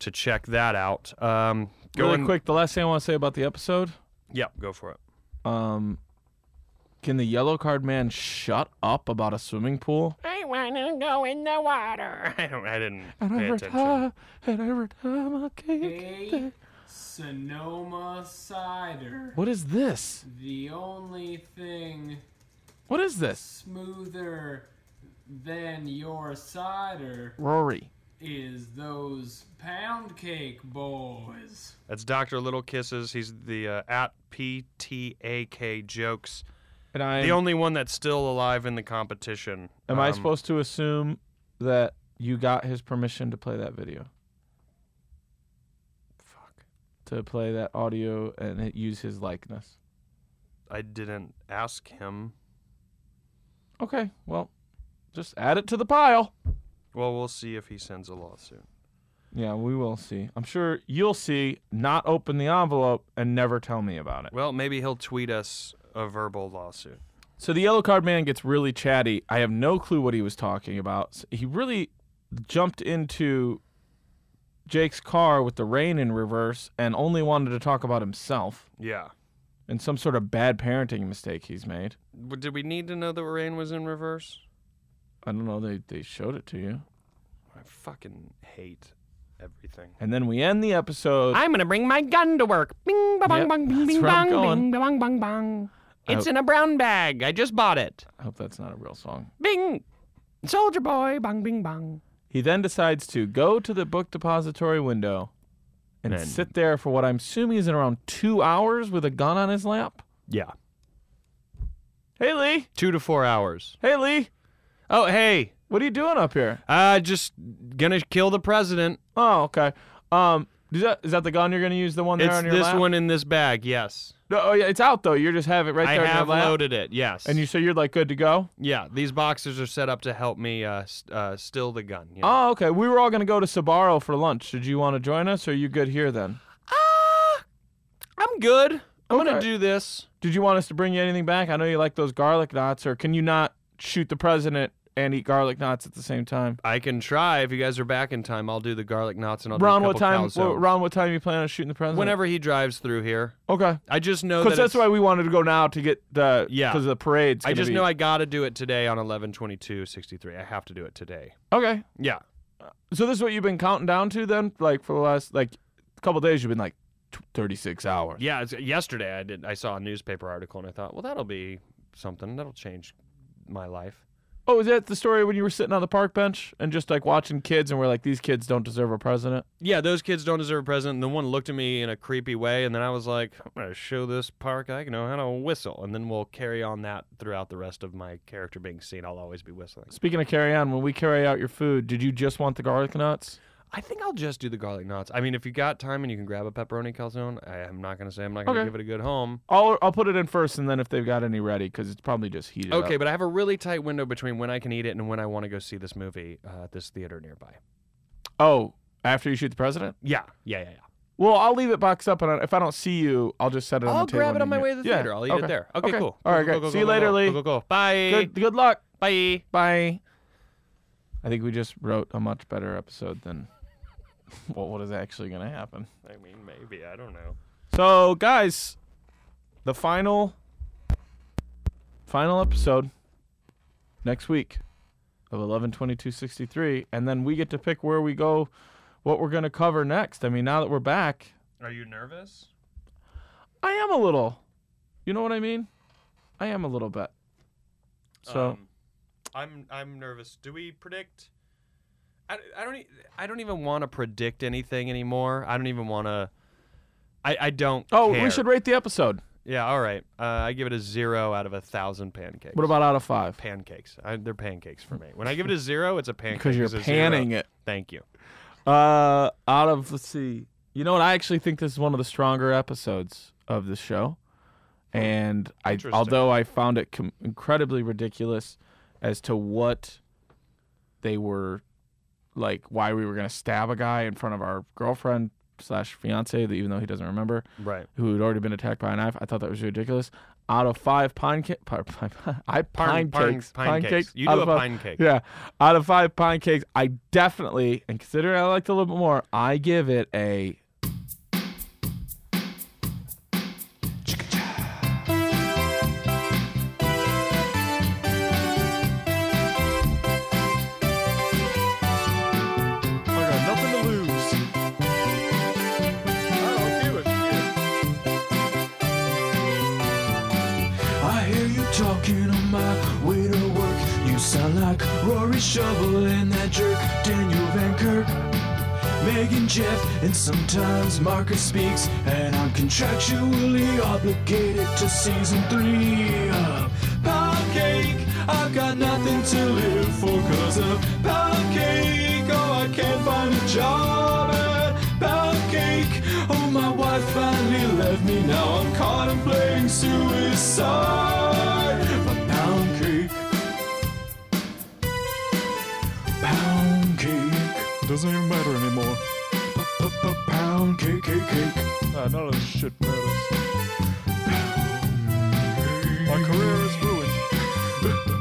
S1: to check that out. Um, go
S2: Really
S1: and-
S2: quick, the last thing I want to say about the episode.
S1: Yep, go for it.
S2: Um, can the yellow card man shut up about a swimming pool?
S1: I want to go in the water. I, don't, I didn't
S2: And
S1: pay
S2: every
S1: attention.
S2: time, Ah, and every time I can't.
S8: A Sonoma cider.
S2: What is this?
S8: The only thing
S2: What is this?
S8: smoother than your cider
S2: Rory.
S8: is those pound cake boys.
S1: That's Dr. Little Kisses. He's the uh, at PTAK jokes.
S2: And I
S1: The only one that's still alive in the competition.
S2: am I
S1: Um,
S2: supposed to assume that you got his permission to play that video? Fuck. To play that audio and it- use his likeness.
S1: I didn't ask him.
S2: Okay, well, just add it to the pile.
S1: Well, we'll see if he sends a lawsuit.
S2: Yeah, we will see. I'm sure you'll see. Not open the envelope and never tell me about it.
S1: Well, maybe he'll tweet us a verbal lawsuit.
S2: So the yellow card man gets really chatty. I have no clue what he was talking about. S- He really jumped into Jake's car with the rain in reverse and only wanted to talk about himself
S1: Yeah.
S2: and some sort of bad parenting mistake he's made.
S1: W- Did we need to know that rain was in reverse?
S2: I don't know. They, they showed it to you.
S1: I fucking hate everything.
S2: And then we end the episode.
S1: I'm gonna bring my gun to work. Bing, ba, bong,
S2: Yep,
S1: bong,
S2: that's
S1: bing, bing,
S2: where
S1: bong,
S2: I'm going.
S1: bing, ba, bong, bong, bong.
S2: I
S1: It's
S2: hope-
S1: in a brown bag. I just bought it.
S2: I hope that's not a real song.
S1: Bing, soldier boy, bong, bing, bong.
S2: He then decides to go to the book depository window and,
S1: And-
S2: sit there for what I'm assuming is around two hours with a gun on his lap.
S1: Yeah.
S2: Hey, Lee.
S1: Two to four hours.
S2: Hey, Lee.
S1: Oh, hey.
S2: What are you doing up here?
S1: Uh, just gonna kill the president.
S2: Oh, okay. Um, is that, is that the gun you're going to use? The one there
S1: It's
S2: on your
S1: this
S2: lap?
S1: one in this bag. Yes.
S2: No, oh, yeah, it's out though. You just have it right
S1: I
S2: there in your
S1: have
S2: lap.
S1: loaded it. Yes.
S2: And you so you're like good to go.
S1: Yeah, these boxes are set up to help me uh, s- uh, still the gun. You know?
S2: Oh, okay. We were all gonna go to Sabaro for lunch. Did you want to join us, or are you good here then?
S1: I'm good. I'm gonna
S2: Oh, Okay.
S1: do this.
S2: Did you want us to bring you anything back? I know you like those garlic knots, or can you not shoot the president and eat garlic knots at the same time?
S1: I can try. If you guys are back in time, I'll do the garlic knots and I'll
S2: Ron,
S1: do a
S2: what
S1: couple
S2: time?
S1: calzones.
S2: What, Ron, what time you plan on shooting the president?
S1: Whenever he drives through here,
S2: Okay.
S1: I just know that
S2: Because that's
S1: it's-
S2: why we wanted to go now to get the
S1: Yeah.
S2: because the parade's.
S1: I
S2: gonna
S1: just
S2: be-
S1: know I gotta do it today on 11-22-63. I have to do it today.
S2: Okay.
S1: Yeah.
S2: So this is what you've been counting down to then, like for the last like couple days. You've been like tw- thirty-six hours.
S1: Yeah, it's, yesterday I did. I saw a newspaper article and I thought, well, that'll be something. That'll change my life.
S2: Oh, is that the story when you were sitting on the park bench and just like watching kids and we're like, these kids don't deserve a president?
S1: Yeah, those kids don't deserve a president. And the one looked at me in a creepy way, and then I was like, I'm gonna show this park I know how to whistle, and then we'll carry on that throughout the rest of my character being seen. I'll always be whistling.
S2: Speaking of carry on, when we carry out your food, did you just want the garlic nuts?
S1: I think I'll just do the garlic knots. I mean, if you got time and you can grab a pepperoni calzone, I am not gonna say I'm not gonna
S2: Okay.
S1: give it a good home.
S2: I'll, I'll put it in first and then if they've got any ready because it's probably just heated.
S1: Okay,
S2: up.
S1: but I have a really tight window between when I can eat it and when I want to go see this movie uh, at this theater nearby.
S2: Oh, after you shoot the president?
S1: Yeah, yeah, yeah, yeah.
S2: Well, I'll leave it boxed up and I- if I don't see you, I'll just set it on
S1: I'll
S2: the table.
S1: grab it
S2: and
S1: on
S2: you
S1: my
S2: can-
S1: way to the
S2: Yeah,
S1: theater. I'll eat it there. Okay, cool.
S2: All right,
S1: Go,
S2: great.
S1: go, go,
S2: see you
S1: go,
S2: later,
S1: go,
S2: Lee.
S1: Go, go, go. Bye.
S2: Good, good luck.
S1: Bye.
S2: Bye. I think we just wrote a much better episode than well, what is actually going to happen.
S1: I mean, maybe I don't know.
S2: So, guys, the final final episode next week of 112263 and then we get to pick where we go what we're going to cover next. I mean, now that we're back,
S1: Are you nervous?
S2: I am a little. You know what I mean? I am a little bit. So,
S1: Um, I'm I'm nervous. Do we predict? I, I don't e- I don't even want to predict anything anymore. I don't even want to. I I don't.
S2: oh,
S1: care.
S2: we should rate the episode.
S1: Yeah, all right. Uh, I give it a zero out of a thousand pancakes.
S2: What about out of 5?
S1: pancakes? I, they're pancakes for me. When I give it a zero, it's a pancake.
S2: Because you're
S1: It's a
S2: panning
S1: zero.
S2: it.
S1: Thank you.
S2: Uh, out of let's see, you know what? I actually think this is one of the stronger episodes of the show, and I,
S1: Interesting.
S2: although I found it com- incredibly ridiculous as to what they were like, why we were gonna stab a guy in front of our girlfriend slash fiance, even though he doesn't remember,
S1: Right.
S2: who had already been attacked by a knife. I thought that was ridiculous. Out of five pine cake, pine, pine, I pine, cakes,
S1: Pine, cakes. You
S2: out
S1: do a
S2: of five-
S1: pine cake.
S2: yeah. Out of five pine cakes, I definitely, and considering I liked it a little bit more, I give it a.
S5: I got nothing to lose.
S6: I hear you talking on my way to work. You sound like Rory Shovel and that jerk, Daniel Van Kirk. Megan Jeff, and sometimes Marcus speaks, and I'm contractually obligated to season three of Pound Cake. I've got nothing to live for cause of Pound Cake. Oh, I can't find a job at Pound Cake. Oh, my wife finally left me, now I'm contemplating suicide. But Pound Cake, Pound Cake.
S5: Doesn't even matter anymore.
S6: Pound cake, cake, cake.
S5: Nah, none of this shit matters. My career is ruined.